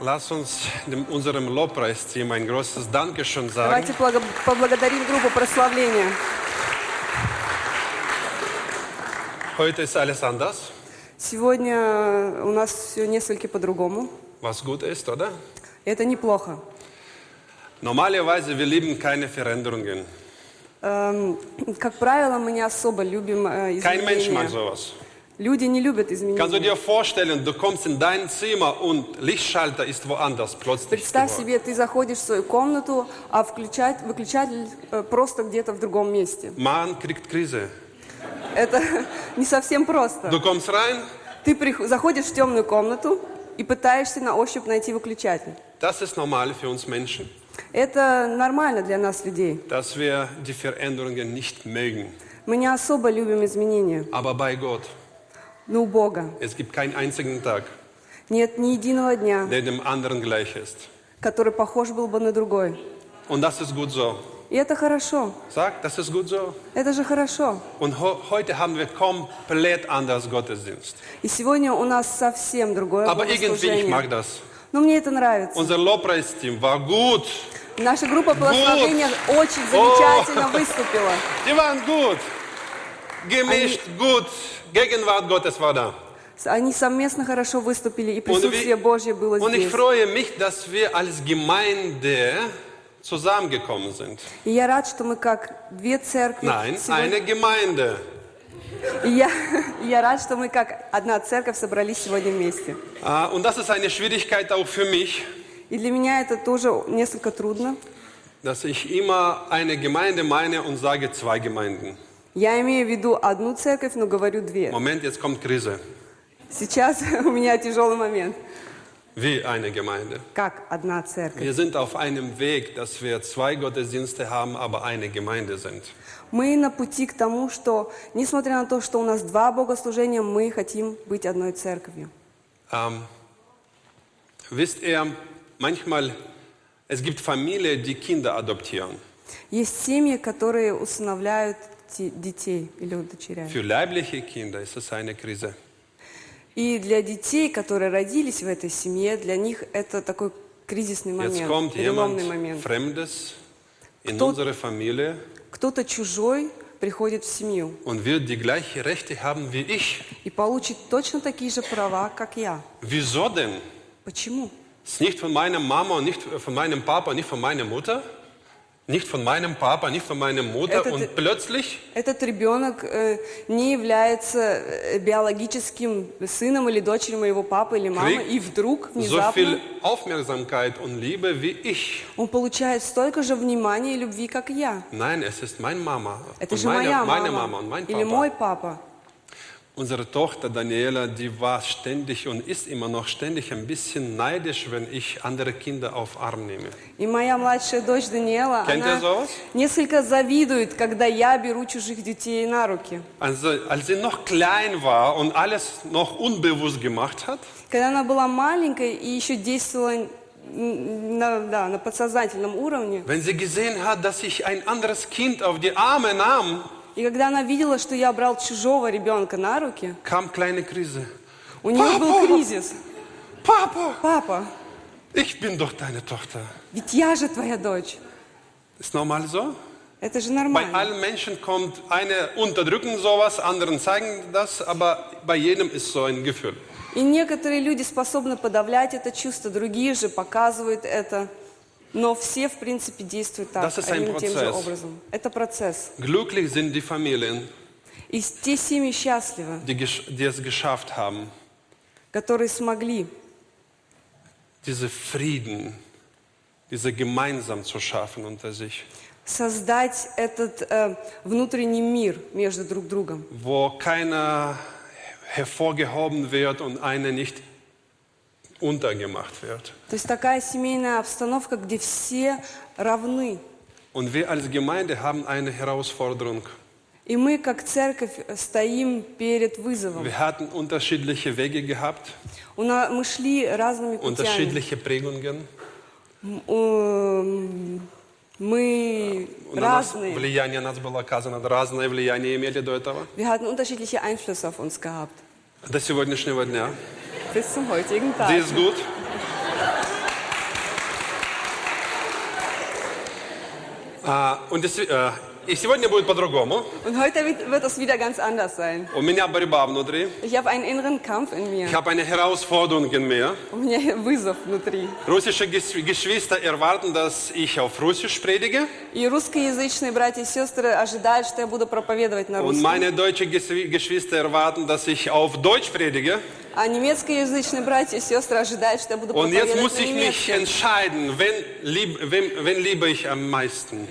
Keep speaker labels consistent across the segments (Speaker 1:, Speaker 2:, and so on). Speaker 1: Lass uns dem, unserem Lobpreisteam ein großes Dankeschön sagen.
Speaker 2: Давайте благо- поблагодарим группу прославления.
Speaker 1: Heute ist alles anders,
Speaker 2: Сегодня э, у нас все несколько по-другому.
Speaker 1: was gut ist, oder?
Speaker 2: Это неплохо.
Speaker 1: Normalerweise, wir lieben keine Veränderungen.
Speaker 2: Эм, как правило, мы не особо любим э,
Speaker 1: Kein Mensch mag
Speaker 2: изменения.
Speaker 1: sowas.
Speaker 2: Люди не любят
Speaker 1: Kannst du
Speaker 2: изменения.
Speaker 1: dir vorstellen, du kommst in dein Zimmer und Lichtschalter ist woanders plötzlich.
Speaker 2: Представь
Speaker 1: geworden.
Speaker 2: себе, ты заходишь в свою комнату, а включать, выключатель э, просто где-то в другом месте.
Speaker 1: Man kriegt Krise.
Speaker 2: Это не совсем просто.
Speaker 1: Du kommst rein,
Speaker 2: Ты прих- заходишь в темную комнату и пытаешься на ощупь найти выключатель.
Speaker 1: das ist normal für uns Menschen,
Speaker 2: Это нормально для нас, людей.
Speaker 1: dass wir die Veränderungen nicht mögen.
Speaker 2: Мы не особо любим изменения.
Speaker 1: Aber bei Gott,
Speaker 2: Но у Бога
Speaker 1: es gibt keinen einzigen Tag,
Speaker 2: нет ни единого дня,
Speaker 1: der dem anderen gleich ist.
Speaker 2: который похож был бы на другой.
Speaker 1: Und das ist gut so.
Speaker 2: И это хорошо.
Speaker 1: Sag, das ist gut so.
Speaker 2: Это же хорошо.
Speaker 1: Und ho heute haben wir komplett anders Gottesdienst.
Speaker 2: И сегодня у нас совсем другое
Speaker 1: Aber irgendwie, ich mag
Speaker 2: богослужение.
Speaker 1: das.
Speaker 2: Но мне это нравится.
Speaker 1: Unser Lobpreisteam war gut.
Speaker 2: Наша группа прославления очень замечательно выступила.
Speaker 1: Die waren gut. Gemischt, gut. Gegenwart Gottes war da.
Speaker 2: Они совместно хорошо выступили, и
Speaker 1: Und,
Speaker 2: присутствие Божье было
Speaker 1: und ich
Speaker 2: здесь.
Speaker 1: freue mich, dass wir als Gemeinde zusammengekommen sind.
Speaker 2: И я рад, что мы как две церкви
Speaker 1: Nein,
Speaker 2: сегодня...
Speaker 1: eine Gemeinde.
Speaker 2: И я, и я рад, что мы как одна церковь собрались сегодня вместе.
Speaker 1: Ah, Und das ist eine Schwierigkeit auch für mich,
Speaker 2: И для меня это тоже несколько трудно.
Speaker 1: dass ich immer eine Gemeinde meine und sage zwei Gemeinden.
Speaker 2: Я имею в виду одну церковь, но говорю две.
Speaker 1: Moment, jetzt kommt Krise.
Speaker 2: Сейчас у меня тяжелый момент.
Speaker 1: Wie eine Gemeinde.
Speaker 2: Как одна церковь?
Speaker 1: Wir sind auf einem Weg, dass wir zwei Gottesdienste haben, aber eine Gemeinde sind.
Speaker 2: Мы на пути к тому, что, несмотря на то, что у нас два богослужения, мы хотим быть одной церковью.
Speaker 1: Ähm, wisst ihr, manchmal, es gibt Familien, die Kinder adoptieren.
Speaker 2: Есть семьи, которые усыновляют те- детей или удочеряют.
Speaker 1: Für leibliche Kinder ist es eine Krise.
Speaker 2: И для детей, которые родились в этой семье, для них это такой кризисный
Speaker 1: Jetzt
Speaker 2: момент,
Speaker 1: kommt
Speaker 2: переломный
Speaker 1: jemand
Speaker 2: момент.
Speaker 1: Fremdes in
Speaker 2: Кто-
Speaker 1: unsere Familie
Speaker 2: Кто-то чужой приходит в семью
Speaker 1: und wird die gleichen Rechte haben wie ich.
Speaker 2: и получит точно такие же права, как я.
Speaker 1: Wieso denn?
Speaker 2: Почему?
Speaker 1: Ist nicht von meiner Mama, und nicht von meinem Papa, nicht von meiner Mutter? Nicht von meinem Papa, nicht von meiner Mutter
Speaker 2: Это ты-
Speaker 1: und plötzlich
Speaker 2: Этот ребенок э, не является э, биологическим сыном или дочерью моего папы или мамы,
Speaker 1: Kriegt
Speaker 2: и вдруг
Speaker 1: so viel
Speaker 2: внезапно
Speaker 1: Aufmerksamkeit und Liebe wie ich.
Speaker 2: он получает столько же внимания и любви, как я.
Speaker 1: Nein, es ist mein Mama
Speaker 2: Это
Speaker 1: und
Speaker 2: же
Speaker 1: meine,
Speaker 2: моя
Speaker 1: meine
Speaker 2: мама
Speaker 1: Mama und mein
Speaker 2: или
Speaker 1: Papa.
Speaker 2: мой папа.
Speaker 1: Unsere Tochter Daniela, die war ständig und ist immer noch ständig ein bisschen neidisch, wenn ich andere Kinder auf Arm nehme.
Speaker 2: И моя младшая дочь Даниэла,
Speaker 1: Kennt ihr
Speaker 2: она
Speaker 1: sowas?
Speaker 2: несколько завидует, когда я беру чужих детей на руки.
Speaker 1: Also, als sie noch klein war und alles noch unbewusst gemacht hat,
Speaker 2: Когда она была маленькой и еще действовала м, м, на, да, на подсознательном уровне,
Speaker 1: wenn sie gesehen hat, dass ich ein anderes Kind auf die Arme nahm,
Speaker 2: и когда она видела, что я брал чужого ребенка на руки,
Speaker 1: kam kleine Krise.
Speaker 2: у нее был
Speaker 1: Папа!
Speaker 2: кризис.
Speaker 1: Papa,
Speaker 2: Папа,
Speaker 1: ich bin doch deine Tochter.
Speaker 2: ведь я же твоя дочь.
Speaker 1: Ist normal so?
Speaker 2: Это же
Speaker 1: Bei
Speaker 2: нормально.
Speaker 1: allen Menschen kommt, eine unterdrücken sowas, anderen zeigen das, aber bei jedem ist so ein Gefühl.
Speaker 2: И некоторые люди способны подавлять это чувство, другие же показывают это. Но все, в принципе, действуют так,
Speaker 1: Das ist ein
Speaker 2: одним и тем же
Speaker 1: Prozess.
Speaker 2: образом. Это процесс.
Speaker 1: Glücklich sind die Familien,
Speaker 2: И те семьи счастливы,
Speaker 1: die, gesch- die es geschafft haben,
Speaker 2: которые смогли
Speaker 1: diese Frieden, diese gemeinsam zu schaffen unter sich,
Speaker 2: создать этот э, внутренний мир между друг другом,
Speaker 1: wo keiner hervorgehoben wird und einer nicht untergemacht wird.
Speaker 2: то есть такая семейная обстановка, где все равны.
Speaker 1: Und wir als Gemeinde haben eine Herausforderung.
Speaker 2: И мы, как церковь, стоим перед вызовом.
Speaker 1: Wir hatten unterschiedliche Wege gehabt,
Speaker 2: У на- мы шли разными путями.
Speaker 1: unterschiedliche Prägungen.
Speaker 2: М, эм, Мы
Speaker 1: Und на нас
Speaker 2: разные.
Speaker 1: влияние нас было оказано, разное влияние имели до этого,
Speaker 2: Wir hatten unterschiedliche Einflüsse auf uns gehabt.
Speaker 1: до сегодняшнего дня.
Speaker 2: Bis zum heutigen
Speaker 1: Dir
Speaker 2: Tag.
Speaker 1: ist gut? А, und, es, äh, и сегодня будет по-другому.
Speaker 2: Und heute wird wird es wieder ganz anders sein.
Speaker 1: У меня борьба внутри.
Speaker 2: Ich habe einen inneren Kampf in mir.
Speaker 1: Ich habe eine Herausforderung in mir.
Speaker 2: У меня вызов внутри.
Speaker 1: Russische Ges- Geschwister erwarten, dass ich auf Russisch predige.
Speaker 2: И русскоязычные братья и сестры ожидают, что я буду проповедовать на
Speaker 1: Und
Speaker 2: русском.
Speaker 1: meine deutschen Geswi- Geschwister erwarten, dass ich auf Deutsch predige.
Speaker 2: А немецкоязычные братья и сестры ожидают, что я буду
Speaker 1: Und
Speaker 2: проповедовать
Speaker 1: jetzt muss
Speaker 2: на
Speaker 1: ich mich
Speaker 2: немецком.
Speaker 1: entscheiden, wen, lieb, wem, wen liebe ich am meisten.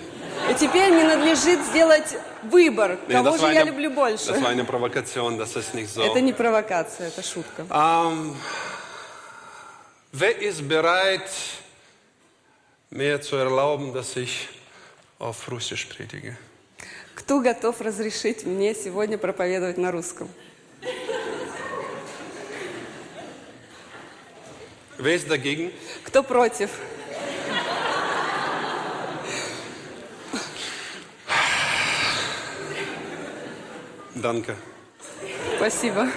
Speaker 2: И теперь мне надлежит сделать выбор,
Speaker 1: Nee,
Speaker 2: кого
Speaker 1: das,
Speaker 2: же
Speaker 1: war
Speaker 2: я
Speaker 1: eine,
Speaker 2: люблю
Speaker 1: das war
Speaker 2: больше.
Speaker 1: eine Provokation, das ist nicht so.
Speaker 2: Это не провокация, это шутка.
Speaker 1: Ähm, wer ist bereit, mir zu erlauben, dass ich auf Russisch predige?
Speaker 2: Кто готов разрешить мне сегодня проповедовать на русском?
Speaker 1: Wer ist dagegen?
Speaker 2: Кто против?
Speaker 1: Danke.
Speaker 2: Спасибо.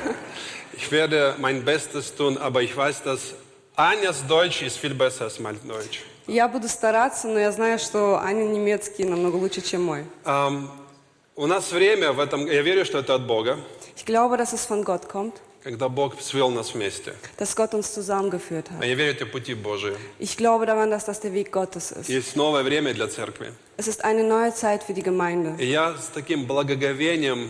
Speaker 1: Ich werde mein Bestes tun, aber ich weiß, dass Anjas Deutsch ist viel besser als mein Deutsch.
Speaker 2: Я буду стараться, но я знаю, что Аня немецкий намного лучше, чем мой.
Speaker 1: Ähm, у нас время в этом, я верю, что это от Бога,
Speaker 2: Ich glaube, dass es von Gott kommt,
Speaker 1: когда Бог свел нас вместе. А
Speaker 2: dass Gott uns zusammengeführt hat.
Speaker 1: Я верю, это пути Божии.
Speaker 2: Ich glaube daran, dass das der Weg Gottes ist.
Speaker 1: Есть новое время для церкви.
Speaker 2: Es ist eine neue Zeit für die Gemeinde.
Speaker 1: И я с таким благоговением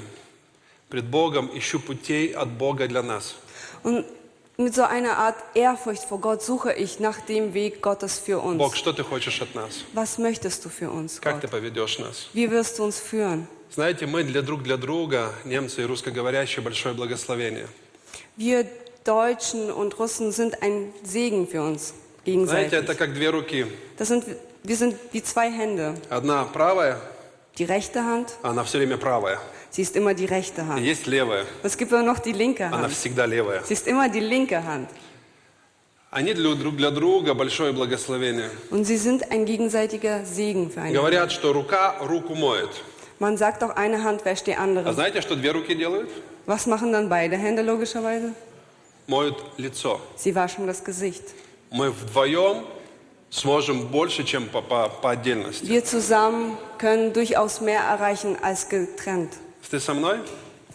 Speaker 1: пред Богом ищу путей от Бога для нас.
Speaker 2: Und mit so einer Art Ehrfurcht vor Gott suche ich nach dem Weg Gottes für
Speaker 1: Бог,
Speaker 2: uns.
Speaker 1: что ты хочешь от нас?
Speaker 2: Was möchtest du für uns,
Speaker 1: Как ты
Speaker 2: Gott?
Speaker 1: поведешь нас?
Speaker 2: Wie wirst du uns führen?
Speaker 1: Знаете, мы для друг для друга, немцы и русскоговорящие, большое благословение.
Speaker 2: Wir Deutschen und Russen sind ein Segen für uns
Speaker 1: Знаете,
Speaker 2: gegenseitig.
Speaker 1: это как две руки.
Speaker 2: Das sind, wir sind wie zwei Hände.
Speaker 1: Одна правая,
Speaker 2: Die rechte Hand,
Speaker 1: она все время правая.
Speaker 2: sie ist immer die rechte
Speaker 1: И
Speaker 2: Hand.
Speaker 1: Есть левая,
Speaker 2: Es gibt aber noch die linke
Speaker 1: она
Speaker 2: Hand.
Speaker 1: всегда левая.
Speaker 2: Sie ist immer die linke Hand.
Speaker 1: Они для друг для друга большое благословение.
Speaker 2: Und sie sind ein gegenseitiger Segen für einen.
Speaker 1: Говорят, что рука руку моет.
Speaker 2: Man sagt auch, eine Hand wäscht die
Speaker 1: А
Speaker 2: andere.
Speaker 1: знаете, что две руки делают?
Speaker 2: Was machen dann beide Hände logischerweise?
Speaker 1: Моют лицо.
Speaker 2: Sie waschen das Gesicht.
Speaker 1: Мы вдвоем сможем больше, чем по, по- по отдельности.
Speaker 2: Wir zusammen können durchaus mehr erreichen als getrennt.
Speaker 1: Ты со мной?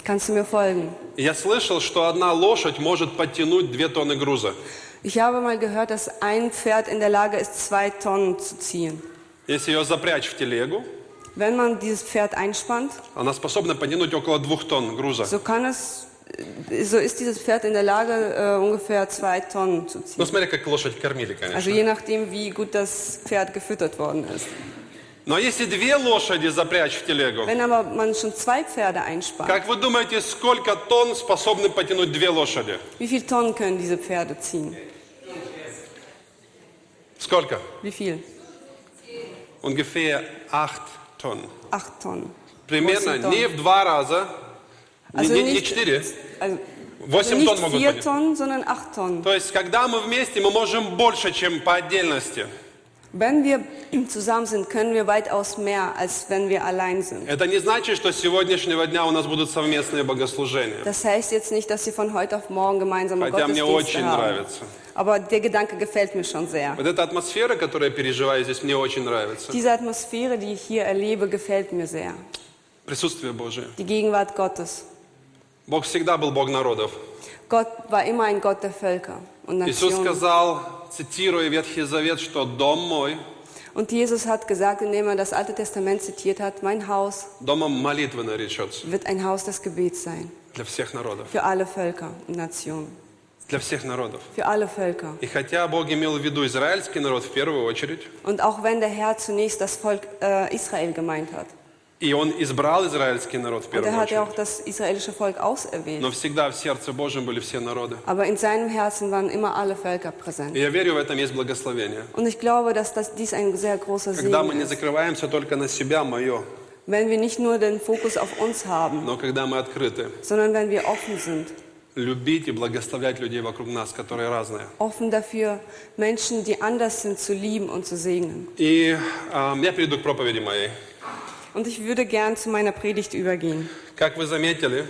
Speaker 2: Kannst du mir folgen?
Speaker 1: Я слышал, что одна лошадь может подтянуть две тонны груза.
Speaker 2: Ich habe mal gehört, dass ein Pferd in der Lage ist, zwei Tonnen zu ziehen.
Speaker 1: Если ее запрячь в телегу,
Speaker 2: Wenn man dieses Pferd einspannt,
Speaker 1: она способна подтянуть около двух тонн груза.
Speaker 2: so kann es, äh, so ist dieses Pferd in der Lage, äh, ungefähr zwei Tonnen zu
Speaker 1: Ну,
Speaker 2: ziehen.
Speaker 1: смотри, как лошадь кормили, конечно.
Speaker 2: Also je nachdem, wie gut das Pferd gefüttert worden ist.
Speaker 1: Но если две лошади запрячь в телегу,
Speaker 2: Wenn aber man schon zwei Pferde einspannt,
Speaker 1: как вы думаете, сколько тонн способны потянуть две лошади?
Speaker 2: wie viel Tonnen können diese Pferde ziehen?
Speaker 1: Сколько?
Speaker 2: Wie viel?
Speaker 1: Ungefähr 8 тонн.
Speaker 2: Acht Tonnen.
Speaker 1: Примерно
Speaker 2: 8 тонн.
Speaker 1: не в два раза, не-
Speaker 2: Also
Speaker 1: не, не
Speaker 2: nicht-
Speaker 1: четыре.
Speaker 2: Also, also
Speaker 1: Восемь
Speaker 2: nicht
Speaker 1: тонн могут
Speaker 2: vier
Speaker 1: поднять.
Speaker 2: Tonnen, sondern acht Tonnen.
Speaker 1: То есть, когда мы вместе, мы можем больше, чем по отдельности.
Speaker 2: Wenn wir zusammen sind, können wir weitaus mehr, als wenn wir allein sind.
Speaker 1: Это не значит, что с сегодняшнего дня у нас будут совместные богослужения.
Speaker 2: Das heißt jetzt nicht, dass wir von heute auf morgen gemeinsame
Speaker 1: Хотя мне
Speaker 2: Gottesdienste
Speaker 1: очень
Speaker 2: haben.
Speaker 1: нравится.
Speaker 2: Aber der Gedanke gefällt mir schon sehr.
Speaker 1: Вот эта атмосфера, которую я переживаю здесь, мне очень нравится.
Speaker 2: Diese Atmosphäre, die ich hier erlebe, gefällt mir sehr.
Speaker 1: Присутствие Божие.
Speaker 2: Die Gegenwart Gottes.
Speaker 1: Бог всегда был Бог народов.
Speaker 2: Gott war immer ein Gott der Völker und
Speaker 1: Иисус
Speaker 2: Nationen.
Speaker 1: сказал, цитируя Ветхий Завет, что «дом мой,
Speaker 2: Und Jesus hat gesagt, indem er das Alte Testament zitiert hat, mein Haus
Speaker 1: домом молитвы наречется
Speaker 2: wird ein Haus des Gebets sein.
Speaker 1: для всех народов».
Speaker 2: Für alle Völker und Nationen.
Speaker 1: Для всех народов.
Speaker 2: Für alle Völker.
Speaker 1: И хотя Бог имел в виду израильский народ в первую очередь,
Speaker 2: Und auch wenn der Herr zunächst das Volk äh, Israel gemeint hat.
Speaker 1: и Он избрал израильский народ в
Speaker 2: Und er
Speaker 1: первую
Speaker 2: hat ja
Speaker 1: очередь,
Speaker 2: auch das israelische Volk
Speaker 1: но
Speaker 2: auserwählt.
Speaker 1: всегда в сердце Божьем были все народы.
Speaker 2: Aber in seinem Herzen waren immer alle Völker
Speaker 1: И
Speaker 2: präsent.
Speaker 1: я верю, в этом есть благословение.
Speaker 2: Und ich glaube, dass das, dies ein sehr großer
Speaker 1: Когда мы
Speaker 2: Segen
Speaker 1: не
Speaker 2: ist.
Speaker 1: закрываемся только на себя, мое,
Speaker 2: Wenn wir nicht nur den Fokus auf uns haben,
Speaker 1: но когда мы открыты,
Speaker 2: sondern wenn wir offen sind.
Speaker 1: любить и благословлять людей вокруг нас, которые разные.
Speaker 2: Offen dafür, Menschen, die anders sind, zu lieben und zu segnen.
Speaker 1: И эм, я перейду к проповеди моей.
Speaker 2: Und ich würde gern zu meiner Predigt übergehen.
Speaker 1: Как вы заметили,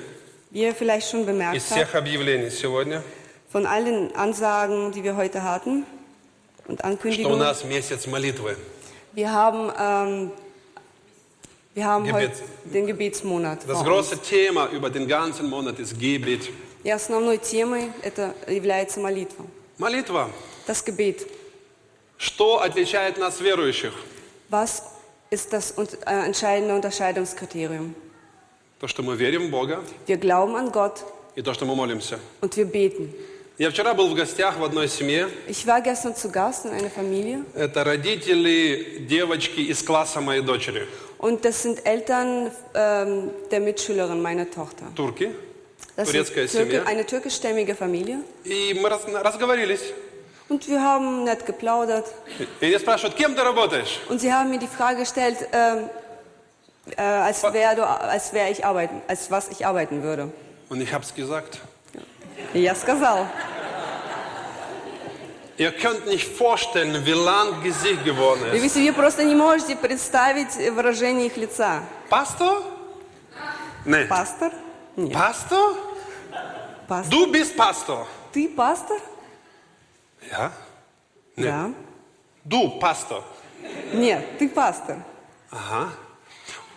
Speaker 2: Wie ihr vielleicht schon
Speaker 1: из
Speaker 2: bemerkt habt,
Speaker 1: всех объявлений сегодня,
Speaker 2: von all den Ansagen, die wir heute hatten und
Speaker 1: что у
Speaker 2: Ankündigungen,
Speaker 1: нас месяц молитвы.
Speaker 2: wir haben ähm, Wir haben
Speaker 1: Gebet.
Speaker 2: heute den Gebetsmonat.
Speaker 1: Das
Speaker 2: vor
Speaker 1: große Thema über den ganzen Monat ist Gebet.
Speaker 2: uns. И основной темой это является молитва.
Speaker 1: Молитва.
Speaker 2: Das Gebet.
Speaker 1: Что отличает нас верующих?
Speaker 2: Was ist das un- äh, entscheidende Unterscheidungskriterium?
Speaker 1: То, что мы верим в Бога
Speaker 2: Wir glauben an Gott
Speaker 1: и то, что мы молимся.
Speaker 2: und wir beten.
Speaker 1: Я вчера был в гостях в одной семье.
Speaker 2: Ich war gestern zu Gast in einer Familie
Speaker 1: Это родители девочки из класса моей дочери.
Speaker 2: und das sind Eltern ähm, der Mitschülerin meiner Tochter.
Speaker 1: Турки.
Speaker 2: Das
Speaker 1: Турецкая
Speaker 2: ist Türke,
Speaker 1: семья.
Speaker 2: eine türkischstämmige Familie
Speaker 1: И мы раз- разговорились.
Speaker 2: und wir haben nett geplaudert
Speaker 1: И они спрашивают, кем ты работаешь?
Speaker 2: und sie haben mir die Frage gestellt, ähm, äh, als wäre du, als wäre ich arbeiten, als was ich arbeiten würde.
Speaker 1: Und ich hab's gesagt.
Speaker 2: Я сказал.
Speaker 1: Ihr könnt nicht vorstellen, wie lang Gesicht geworden
Speaker 2: Вы
Speaker 1: ist.
Speaker 2: себе просто не можете представить выражение их лица.
Speaker 1: Pastor? Nee.
Speaker 2: Пастор? Нет.
Speaker 1: Pastor?
Speaker 2: Пастор.
Speaker 1: Du bist Pastor.
Speaker 2: Ты пастор?
Speaker 1: Ja? Nee.
Speaker 2: Да.
Speaker 1: Du Pastor.
Speaker 2: Нет, ты пастор.
Speaker 1: Ага.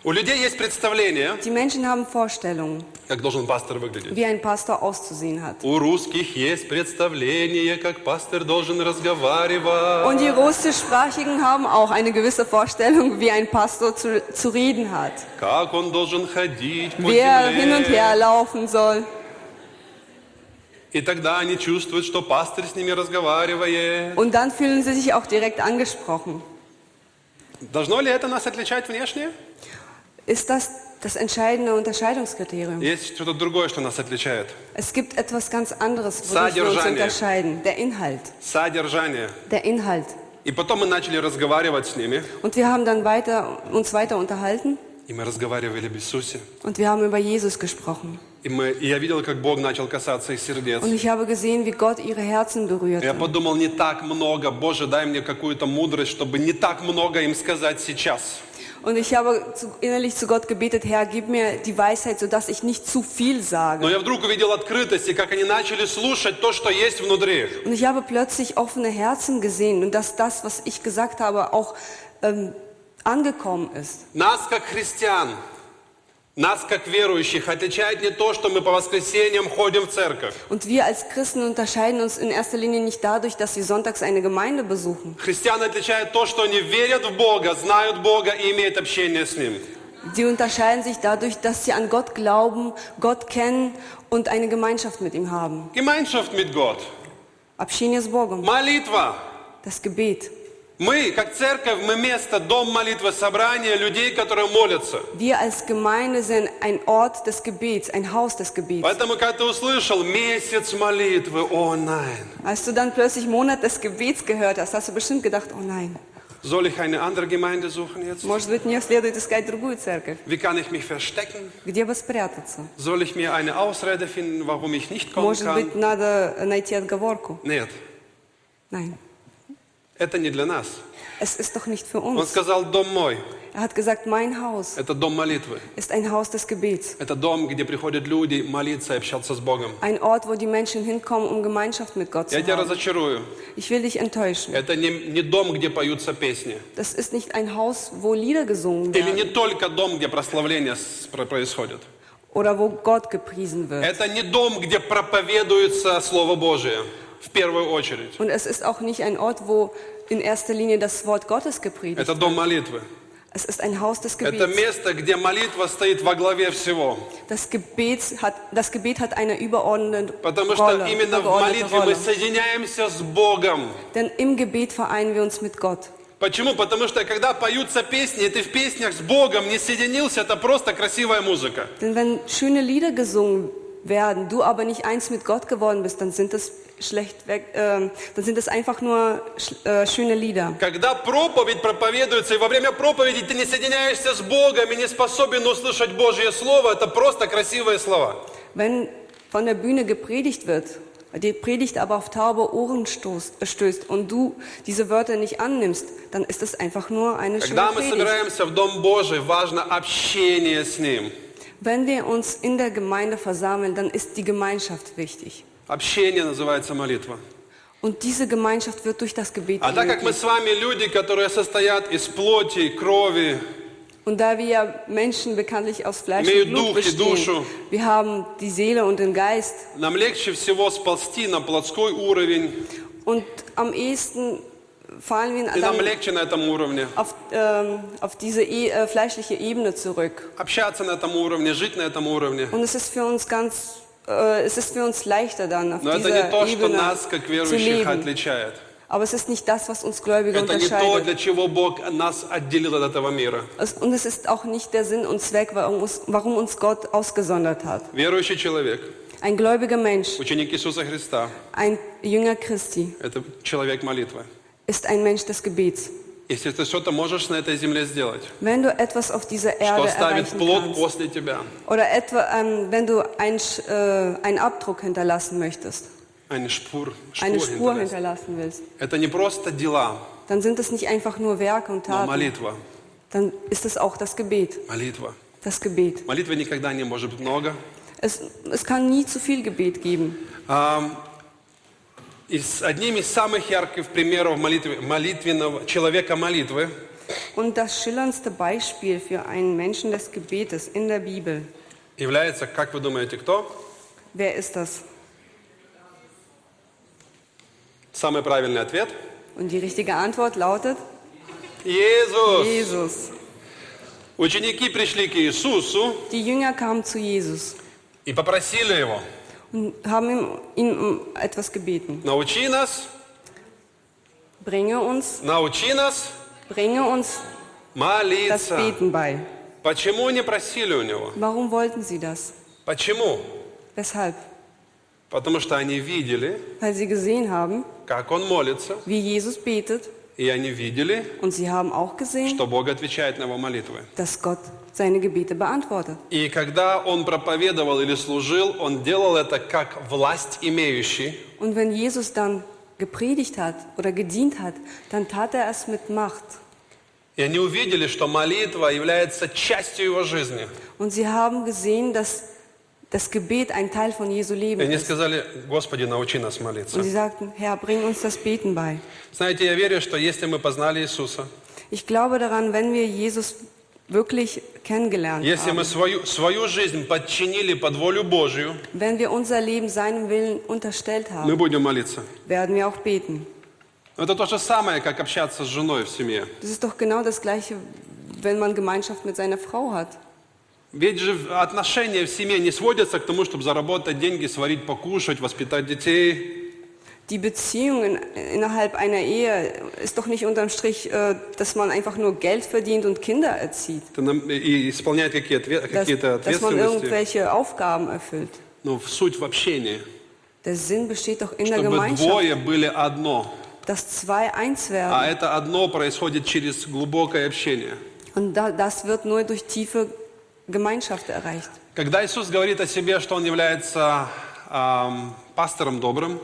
Speaker 1: У людей есть представление,
Speaker 2: Die Menschen haben Vorstellungen,
Speaker 1: как должен пастор выглядеть.
Speaker 2: wie ein Pastor auszusehen hat.
Speaker 1: У русских есть представление, как пастор должен разговаривать.
Speaker 2: Und die russischsprachigen haben auch eine gewisse Vorstellung, wie ein Pastor zu, zu reden hat.
Speaker 1: Как он должен ходить по
Speaker 2: Wer hin und her
Speaker 1: земле.
Speaker 2: laufen soll.
Speaker 1: И тогда они чувствуют, что пастор с ними разговаривает.
Speaker 2: Und dann fühlen sie sich auch direkt angesprochen.
Speaker 1: Должно ли это нас отличать внешне?
Speaker 2: Ist das das entscheidende Unterscheidungskriterium?
Speaker 1: Есть что-то другое, что нас отличает.
Speaker 2: Es gibt etwas ganz anderes, wodurch wir uns
Speaker 1: Содержание.
Speaker 2: unterscheiden. Der Inhalt.
Speaker 1: Содержание.
Speaker 2: Der Inhalt.
Speaker 1: И потом мы начали разговаривать с ними.
Speaker 2: Und wir haben dann weiter, uns weiter unterhalten
Speaker 1: И мы разговаривали об Иисусе.
Speaker 2: und wir haben über Jesus gesprochen.
Speaker 1: И, мы, и я видел, как Бог начал касаться их сердец.
Speaker 2: Und ich habe gesehen, wie Gott ihre
Speaker 1: Я
Speaker 2: Herzen berührte.
Speaker 1: подумал, не так много, Боже, дай мне какую-то мудрость, чтобы не так много им сказать сейчас.
Speaker 2: Und ich habe zu, innerlich zu Gott gebetet, Herr, gib mir die Weisheit, sodass ich nicht zu viel
Speaker 1: Но
Speaker 2: sage.
Speaker 1: я вдруг увидел открытость, и как они начали слушать то, что есть внутри.
Speaker 2: Und ich habe plötzlich offene Herzen gesehen und dass das, was ich gesagt habe, auch ähm, angekommen ist.
Speaker 1: Нас, как христиан, нас, как верующих, отличает не то, что мы по воскресеньям ходим в церковь.
Speaker 2: Und wir als Christen unterscheiden uns in erster Linie nicht dadurch, dass wir sonntags eine Gemeinde besuchen.
Speaker 1: Христиан отличает то, что они верят в Бога, знают Бога и имеют общение с Ним.
Speaker 2: Sie unterscheiden sich dadurch, dass sie an Gott glauben, Gott kennen und eine Gemeinschaft mit ihm haben.
Speaker 1: Gemeinschaft mit Gott,
Speaker 2: Общение с Богом,
Speaker 1: молитва.
Speaker 2: das Gebet.
Speaker 1: Мы, как церковь, мы место, дом молитвы, собрание людей, которые молятся.
Speaker 2: Wir als Gemeinde sind ein Ort des Gebets, ein Haus des Gebets.
Speaker 1: Поэтому, когда ты услышал месяц молитвы, о, nein.
Speaker 2: Als du dann plötzlich Monat des Gebets gehört hast, hast du bestimmt gedacht, oh nein,
Speaker 1: Soll ich eine andere Gemeinde suchen jetzt?
Speaker 2: может быть, мне следует искать другую церковь.
Speaker 1: Wie kann ich mich verstecken?
Speaker 2: Где бы спрятаться?
Speaker 1: Soll ich mir eine Ausrede finden, warum ich nicht kommen
Speaker 2: Может
Speaker 1: kann?
Speaker 2: быть, надо найти отговорку?
Speaker 1: Нет,
Speaker 2: Nein,
Speaker 1: это не для нас.
Speaker 2: es ist doch nicht für
Speaker 1: Он
Speaker 2: uns.
Speaker 1: сказал, дом мой
Speaker 2: Er hat gesagt, mein
Speaker 1: –
Speaker 2: Haus
Speaker 1: это дом молитвы.
Speaker 2: ist ein Haus des Gebets.
Speaker 1: Это дом, где приходят люди молиться и общаться с Богом.
Speaker 2: Ein Ort, wo die Menschen hinkommen, um Gemeinschaft mit Gott zu
Speaker 1: Я тебя
Speaker 2: haben.
Speaker 1: разочарую.
Speaker 2: Ich will dich enttäuschen.
Speaker 1: Это не, не дом, где поются песни.
Speaker 2: Das ist nicht ein Haus, wo Lieder gesungen
Speaker 1: Или
Speaker 2: werden
Speaker 1: не только дом, где прославление с- про- происходит.
Speaker 2: oder wo Gott gepriesen wird.
Speaker 1: Это не дом, где проповедуется Слово Божие в первую очередь.
Speaker 2: Und es ist auch nicht ein Ort, wo in erster Linie das Wort Gottes gepredigt
Speaker 1: Это дом молитвы.
Speaker 2: Es ist ein Haus des
Speaker 1: Это
Speaker 2: Gebets.
Speaker 1: место, где молитва стоит во главе всего.
Speaker 2: Das, Gebets hat, das Gebet hat eine überordnete
Speaker 1: Потому что
Speaker 2: Rolle,
Speaker 1: именно в
Speaker 2: übergeordnete
Speaker 1: молитве мы
Speaker 2: Rolle.
Speaker 1: соединяемся с Богом.
Speaker 2: Denn im Gebet vereinen wir uns mit Gott.
Speaker 1: Почему? Потому что когда поются песни, и ты в песнях с Богом не соединился, это просто красивая музыка.
Speaker 2: Denn wenn schöne Lieder gesungen werden, du aber nicht eins mit Gott geworden bist, dann sind das schlecht weg, ähm, dann sind das einfach nur sch äh, schöne Lieder.
Speaker 1: Когда проповедь проповедуется, и во время проповеди ты не соединяешься с Богом и не способен услышать Божье Слово, это просто красивые слова.
Speaker 2: Wenn von der Bühne gepredigt wird, die Predigt aber auf taube Ohren stoßt, stößt und du diese Wörter nicht annimmst, dann ist das einfach nur eine schöne
Speaker 1: Когда мы
Speaker 2: Predigt.
Speaker 1: собираемся в Дом Божий, важно общение с Ним.
Speaker 2: Wenn wir uns in der Gemeinde versammeln, dann ist die Gemeinschaft wichtig.
Speaker 1: Общение называется молитва.
Speaker 2: Und diese Gemeinschaft wird durch das Gebet
Speaker 1: А так как мы
Speaker 2: ermöglicht.
Speaker 1: с вами люди, которые состоят из плоти, крови,
Speaker 2: Und da wir ja Menschen bekanntlich aus Fleisch
Speaker 1: Имеют
Speaker 2: und Blut
Speaker 1: дух и душу.
Speaker 2: bestehen, wir haben die Seele und den Geist.
Speaker 1: Нам легче всего сползти на плотской уровень,
Speaker 2: Und am ehesten fallen wir
Speaker 1: и нам
Speaker 2: dann
Speaker 1: легче на этом уровне
Speaker 2: auf, ähm, auf diese e äh, fleischliche Ebene zurück.
Speaker 1: общаться на этом уровне, жить на этом уровне.
Speaker 2: Und es ist für uns ganz, äh, es ist für uns leichter dann auf
Speaker 1: Но это не
Speaker 2: dieser
Speaker 1: то, что
Speaker 2: Ebene
Speaker 1: нас, как
Speaker 2: zu
Speaker 1: верующих,
Speaker 2: leben.
Speaker 1: отличает.
Speaker 2: Aber es ist nicht das, was uns Gläubige
Speaker 1: Это не то,
Speaker 2: unterscheidet.
Speaker 1: для чего Бог нас отделил от этого мира.
Speaker 2: Es- Und es ist auch nicht der Sinn und Zweck, warum uns, warum uns Gott ausgesondert hat.
Speaker 1: Верующий человек,
Speaker 2: Ein gläubiger Mensch,
Speaker 1: ученик Иисуса Христа,
Speaker 2: ein Jünger Christi,
Speaker 1: это человек молитвы.
Speaker 2: ist ein Mensch des Gebets.
Speaker 1: Если ты что-то можешь на этой земле сделать,
Speaker 2: Wenn du etwas auf dieser
Speaker 1: что
Speaker 2: Erde
Speaker 1: оставит
Speaker 2: erreichen
Speaker 1: плод
Speaker 2: kannst,
Speaker 1: после тебя,
Speaker 2: oder etwa, ähm, wenn du ein, Sch- äh, einen Abdruck hinterlassen möchtest,
Speaker 1: eine Spur,
Speaker 2: eine
Speaker 1: Spur
Speaker 2: Spur
Speaker 1: hinterlässt.
Speaker 2: hinterlassen willst,
Speaker 1: Это не просто дела,
Speaker 2: dann sind es nicht einfach nur Werke und
Speaker 1: но
Speaker 2: Taten,
Speaker 1: молитва.
Speaker 2: dann ist es auch das Gebet.
Speaker 1: Молитва.
Speaker 2: Das Gebet.
Speaker 1: Молитвы никогда не может быть много.
Speaker 2: Es, es kann nie zu viel Gebet geben.
Speaker 1: Ам, Из, одним из самых ярких примеров молитвы, молитвенного человека молитвы
Speaker 2: Und das schillerndste Beispiel für einen Menschen des Gebetes in der Bibel,
Speaker 1: является, как вы думаете, кто?
Speaker 2: wer ist das?
Speaker 1: Самый правильный ответ.
Speaker 2: Und die richtige Antwort lautet
Speaker 1: Иисус.
Speaker 2: Jesus.
Speaker 1: Ученики пришли к Иисусу
Speaker 2: Die Jünger kamen zu Jesus
Speaker 1: и попросили Его,
Speaker 2: und haben ihm, ihn um etwas gebeten.
Speaker 1: научи нас,
Speaker 2: Bringe uns,
Speaker 1: научи нас
Speaker 2: bringe uns das
Speaker 1: молиться.
Speaker 2: Beten bei.
Speaker 1: Почему не просили у Него?
Speaker 2: Warum wollten sie das?
Speaker 1: Почему?
Speaker 2: Weshalb?
Speaker 1: Потому что они видели,
Speaker 2: Weil sie gesehen haben,
Speaker 1: как Он молится,
Speaker 2: wie Jesus betet
Speaker 1: и они видели,
Speaker 2: und sie haben auch gesehen,
Speaker 1: что Бог отвечает на Его молитвы.
Speaker 2: dass Gott seine Gebete beantwortet.
Speaker 1: И когда он проповедовал или служил, он делал это как власть имеющий,
Speaker 2: Und wenn Jesus dann gepredigt hat oder gedient hat, dann tat er es mit Macht.
Speaker 1: и они увидели, что молитва является частью его жизни.
Speaker 2: Und sie haben gesehen, dass das Gebet ein Teil von Jesu
Speaker 1: И
Speaker 2: Leben
Speaker 1: они
Speaker 2: ist.
Speaker 1: сказали, Господи, научи нас
Speaker 2: Und sie
Speaker 1: молиться.
Speaker 2: sagten, Herr, bring uns das Beten bei.
Speaker 1: Знаете, я верю, что если мы познали Иисуса,
Speaker 2: Ich glaube daran, wenn wir Jesus wirklich kennengelernt
Speaker 1: если
Speaker 2: haben,
Speaker 1: мы свою, свою жизнь подчинили под волю Божью,
Speaker 2: wenn wir unser Leben seinem Willen unterstellt haben,
Speaker 1: мы будем молиться.
Speaker 2: werden wir auch beten.
Speaker 1: Но Это то же самое, как общаться с женой в семье.
Speaker 2: Das ist doch genau das Gleiche, wenn man Gemeinschaft mit seiner Frau hat.
Speaker 1: Ведь же отношения в семье не сводятся к тому, чтобы заработать деньги, сварить, покушать, воспитать детей.
Speaker 2: Die Beziehung in, innerhalb einer Ehe ist doch nicht unterm Strich, äh, dass man einfach nur Geld verdient und Kinder erzieht.
Speaker 1: Это нам- и исполняет какие отве-
Speaker 2: Dass,
Speaker 1: какие-то
Speaker 2: dass man
Speaker 1: ответственности.
Speaker 2: irgendwelche Aufgaben erfüllt.
Speaker 1: Но Ну, в суть в общении,
Speaker 2: Der Sinn besteht doch in der
Speaker 1: чтобы
Speaker 2: Gemeinschaft,
Speaker 1: двое были одно.
Speaker 2: dass zwei eins
Speaker 1: А
Speaker 2: werden.
Speaker 1: это одно происходит через глубокое общение.
Speaker 2: Und da, das wird nur durch tiefe Gemeinschaft erreicht.
Speaker 1: Когда Иисус говорит о себе, что Он является ам, пастором добрым,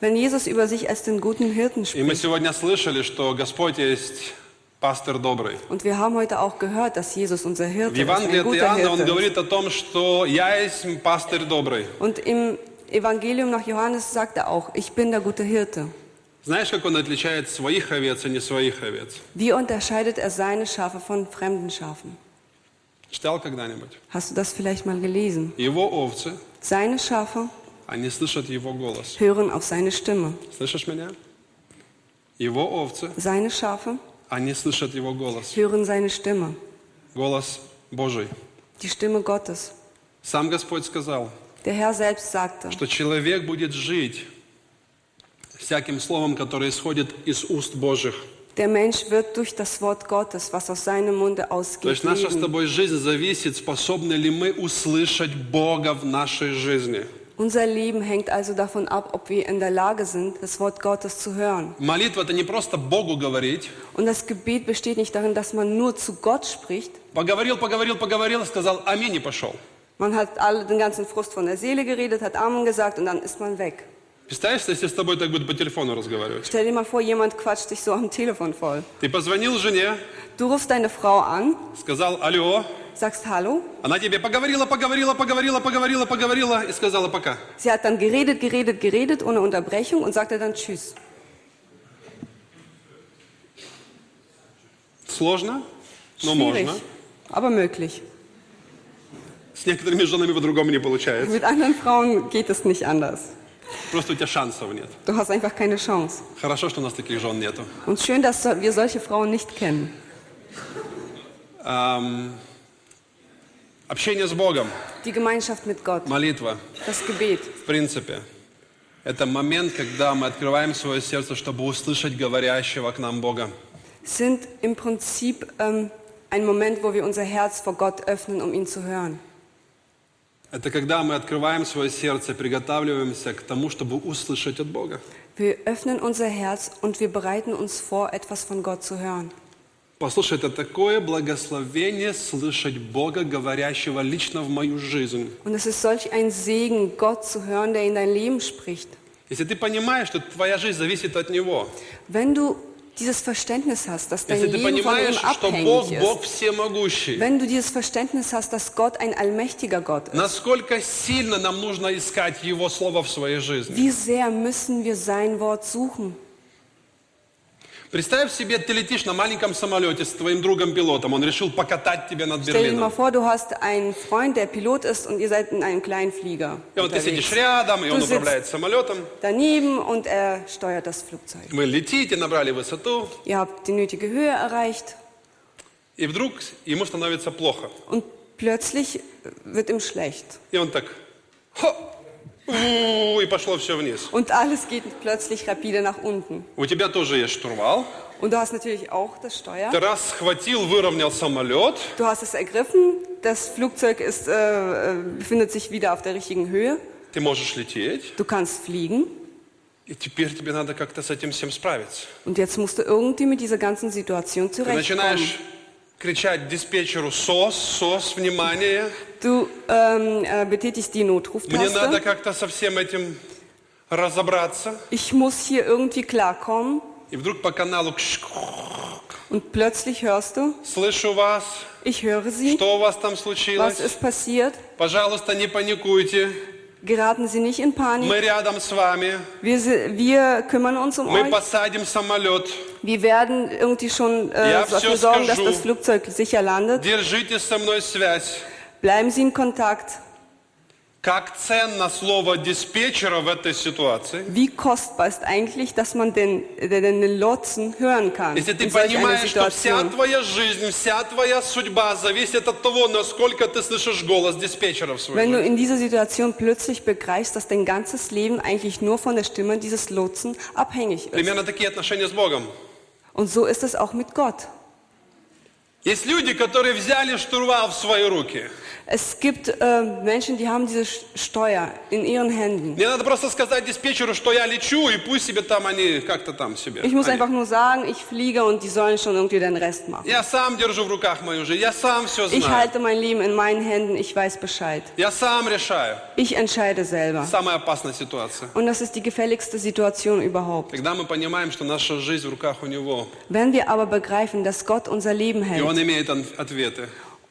Speaker 2: Wenn Jesus über sich als den guten Hirten
Speaker 1: и мы
Speaker 2: spricht,
Speaker 1: сегодня слышали, что Господь есть пастор добрый.
Speaker 2: und wir haben heute auch gehört, dass Jesus unser
Speaker 1: В
Speaker 2: Hirte ist,
Speaker 1: Евангелии
Speaker 2: ein
Speaker 1: от
Speaker 2: guter
Speaker 1: Иоанна Он
Speaker 2: Hirte ist.
Speaker 1: говорит о том, что «Я есть пастырь добрый».
Speaker 2: Und im Evangelium nach Johannes sagt er auch, ich bin der gute Hirte.
Speaker 1: Знаешь, как Он отличает своих овец и не своих овец?
Speaker 2: Wie unterscheidet er seine Schafe von fremden Schafen?
Speaker 1: Читал когда-нибудь?
Speaker 2: Hast du das vielleicht mal gelesen?
Speaker 1: Его овцы,
Speaker 2: Seine Schafe
Speaker 1: они слышат Его голос.
Speaker 2: hören auf seine Stimme.
Speaker 1: Слышишь меня? Его овцы,
Speaker 2: Seine Schafe
Speaker 1: они слышат его голос.
Speaker 2: hören seine Stimme,
Speaker 1: Голос Божий.
Speaker 2: die Stimme Gottes.
Speaker 1: Сам Господь сказал,
Speaker 2: Der Herr selbst sagte,
Speaker 1: что человек будет жить всяким словом, которое исходит из уст Божьих.
Speaker 2: der Mensch wird durch das Wort Gottes, was aus seinem Munde
Speaker 1: То
Speaker 2: ausgeht,
Speaker 1: есть наша с
Speaker 2: leben.
Speaker 1: тобой жизнь зависит, способны ли мы услышать Бога в нашей жизни.
Speaker 2: Unser Leben hängt also davon ab, ob wir in der Lage sind, das Wort Gottes zu hören.
Speaker 1: Молитва – это не просто Богу говорить.
Speaker 2: Und das Gebet besteht nicht darin, dass man nur zu Gott spricht.
Speaker 1: Поговорил, поговорил, поговорил, сказал «Аминь» и пошел.
Speaker 2: Man hat alle den ganzen Frust von der Seele geredet, hat Amen gesagt und dann ist man weg.
Speaker 1: Представляешь, если с тобой так будет по телефону разговаривать?
Speaker 2: Stell dir mal vor, jemand quatscht dich so am Telefon voll.
Speaker 1: Ты позвонил жене,
Speaker 2: Du rufst deine Frau an,
Speaker 1: сказал «Алло»,
Speaker 2: sagst Hallo.
Speaker 1: Она тебе поговорила, поговорила, поговорила, поговорила, поговорила и сказала пока.
Speaker 2: Sie hat dann geredet, geredet, geredet ohne Unterbrechung und sagte dann Tschüss.
Speaker 1: Сложно, но
Speaker 2: Schwierig.
Speaker 1: можно.
Speaker 2: aber möglich.
Speaker 1: С некоторыми женами по-другому не получается.
Speaker 2: Mit anderen Frauen geht es nicht anders.
Speaker 1: Просто у тебя шансов нет.
Speaker 2: Du hast einfach keine Chance.
Speaker 1: Хорошо, что у нас таких жен нету.
Speaker 2: Und schön, dass so- wir solche Frauen nicht kennen.
Speaker 1: Ам, общение с Богом,
Speaker 2: Die Gemeinschaft mit Gott,
Speaker 1: молитва,
Speaker 2: das Gebet.
Speaker 1: в принципе, это момент, когда мы открываем свое сердце, чтобы услышать говорящего к нам Бога.
Speaker 2: sind im Prinzip ähm, ein Moment, wo wir unser Herz vor Gott öffnen, um ihn zu hören.
Speaker 1: Это когда мы открываем свое сердце, приготавливаемся к тому, чтобы услышать от Бога.
Speaker 2: Wir öffnen unser Herz und wir bereiten uns vor, etwas von Gott zu hören.
Speaker 1: Послушай, это такое благословение слышать Бога, говорящего лично в мою жизнь.
Speaker 2: Und es ist solch ein Segen, Gott zu hören, der in dein Leben spricht.
Speaker 1: Если ты понимаешь, что твоя жизнь зависит от Него,
Speaker 2: Wenn du dieses Verständnis hast, dass dein
Speaker 1: если ты
Speaker 2: Leben von
Speaker 1: понимаешь,
Speaker 2: ihm
Speaker 1: что Бог,
Speaker 2: abhängig
Speaker 1: Бог
Speaker 2: ist,
Speaker 1: всемогущий,
Speaker 2: wenn du dieses Verständnis hast, dass Gott ein allmächtiger Gott ist,
Speaker 1: Насколько сильно нам нужно искать Его Слово в своей жизни.
Speaker 2: wie sehr müssen wir sein Wort suchen?
Speaker 1: Представь себе, ты летишь на маленьком самолете с твоим другом-пилотом. Он решил покатать тебя над
Speaker 2: Stell dir mal
Speaker 1: Берлином.
Speaker 2: vor, du hast einen Freund, der Pilot ist und ihr seid in einem kleinen Flieger.
Speaker 1: И вот ты
Speaker 2: unterwegs.
Speaker 1: сидишь рядом, и
Speaker 2: Du
Speaker 1: он
Speaker 2: sitzt
Speaker 1: управляет самолетом.
Speaker 2: daneben und er steuert das Flugzeug.
Speaker 1: Вы летите, набрали высоту,
Speaker 2: Ihr habt die nötige Höhe erreicht
Speaker 1: и вдруг ему становится плохо.
Speaker 2: und plötzlich wird ihm schlecht.
Speaker 1: И он так, «Хо! У-у-у», и пошло все вниз.
Speaker 2: Und alles geht plötzlich rapide nach unten.
Speaker 1: У тебя тоже есть штурвал.
Speaker 2: Und du hast natürlich auch das Steuer.
Speaker 1: Ты раз схватил, выровнял самолет,
Speaker 2: Du hast es ergriffen, das Flugzeug ist, äh, äh, befindet sich wieder auf der richtigen Höhe.
Speaker 1: ты можешь лететь.
Speaker 2: Du kannst fliegen
Speaker 1: И теперь тебе надо как-то с этим всем справиться.
Speaker 2: und jetzt musst du irgendwie mit dieser ganzen Situation
Speaker 1: Ты
Speaker 2: zurechtkommen.
Speaker 1: начинаешь кричать диспетчеру «СОС, СОС, внимание!»
Speaker 2: Du ähm, äh, betätigst die
Speaker 1: Мне надо
Speaker 2: Notruftaste.
Speaker 1: как-то со всем этим разобраться.
Speaker 2: Ich muss hier irgendwie klarkommen
Speaker 1: И вдруг по каналу «Кш, кш,
Speaker 2: und plötzlich hörst du,
Speaker 1: «Слышу вас,
Speaker 2: ich höre sie.
Speaker 1: что у вас там
Speaker 2: Was
Speaker 1: случилось?
Speaker 2: ist passiert?
Speaker 1: Пожалуйста, не паникуйте,
Speaker 2: Geraten Sie nicht in Panik.
Speaker 1: мы rядом с вами,
Speaker 2: Wir, se- wir kümmern uns um
Speaker 1: мы
Speaker 2: euch.
Speaker 1: посадим самолет,
Speaker 2: Wir werden irgendwie schon
Speaker 1: Ja,
Speaker 2: äh, dafür
Speaker 1: всё
Speaker 2: sorgen, dass
Speaker 1: скажу.
Speaker 2: das Flugzeug sicher landet.
Speaker 1: держите со мной связь».
Speaker 2: Bleiben Sie in Kontakt.
Speaker 1: Как ценно слово диспетчера в этой ситуации.
Speaker 2: Wie kostbar ist eigentlich, dass man den, den, den Lotsen hören kann
Speaker 1: Если ты
Speaker 2: in solch einer
Speaker 1: понимаешь, что вся
Speaker 2: Situation.
Speaker 1: твоя жизнь, вся твоя судьба зависит от того, насколько ты слышишь голос диспетчера в своей
Speaker 2: Wenn du in dieser Situation plötzlich begreifst, dass dein ganzes Leben eigentlich nur von der Stimme dieses Lotsen abhängig ist.
Speaker 1: Примерно такие отношения с Богом.
Speaker 2: Und so ist es auch mit Gott.
Speaker 1: Есть люди, которые взяли штурвал в свои руки.
Speaker 2: Es gibt äh, Menschen, die haben diese Sch- Steuer in ihren Händen.
Speaker 1: Мне надо просто сказать диспетчеру, что я лечу, и пусть себе там они как-то там себе.
Speaker 2: Ich muss
Speaker 1: Они-
Speaker 2: einfach nur sagen, ich fliege und die sollen schon irgendwie den Rest machen.
Speaker 1: Я сам держу в руках мою жизнь, я сам все
Speaker 2: Ich
Speaker 1: знаю,
Speaker 2: halte mein Leben in meinen Händen, ich weiß Bescheid.
Speaker 1: я сам решаю.
Speaker 2: Ich entscheide selber.
Speaker 1: Самая опасная ситуация.
Speaker 2: Und das ist die gefälligste Situation überhaupt.
Speaker 1: Когда мы понимаем, что наша жизнь в руках у Него,
Speaker 2: Wenn wir aber begreifen, dass Gott unser Leben
Speaker 1: и
Speaker 2: hält
Speaker 1: Он имеет ан- ответы.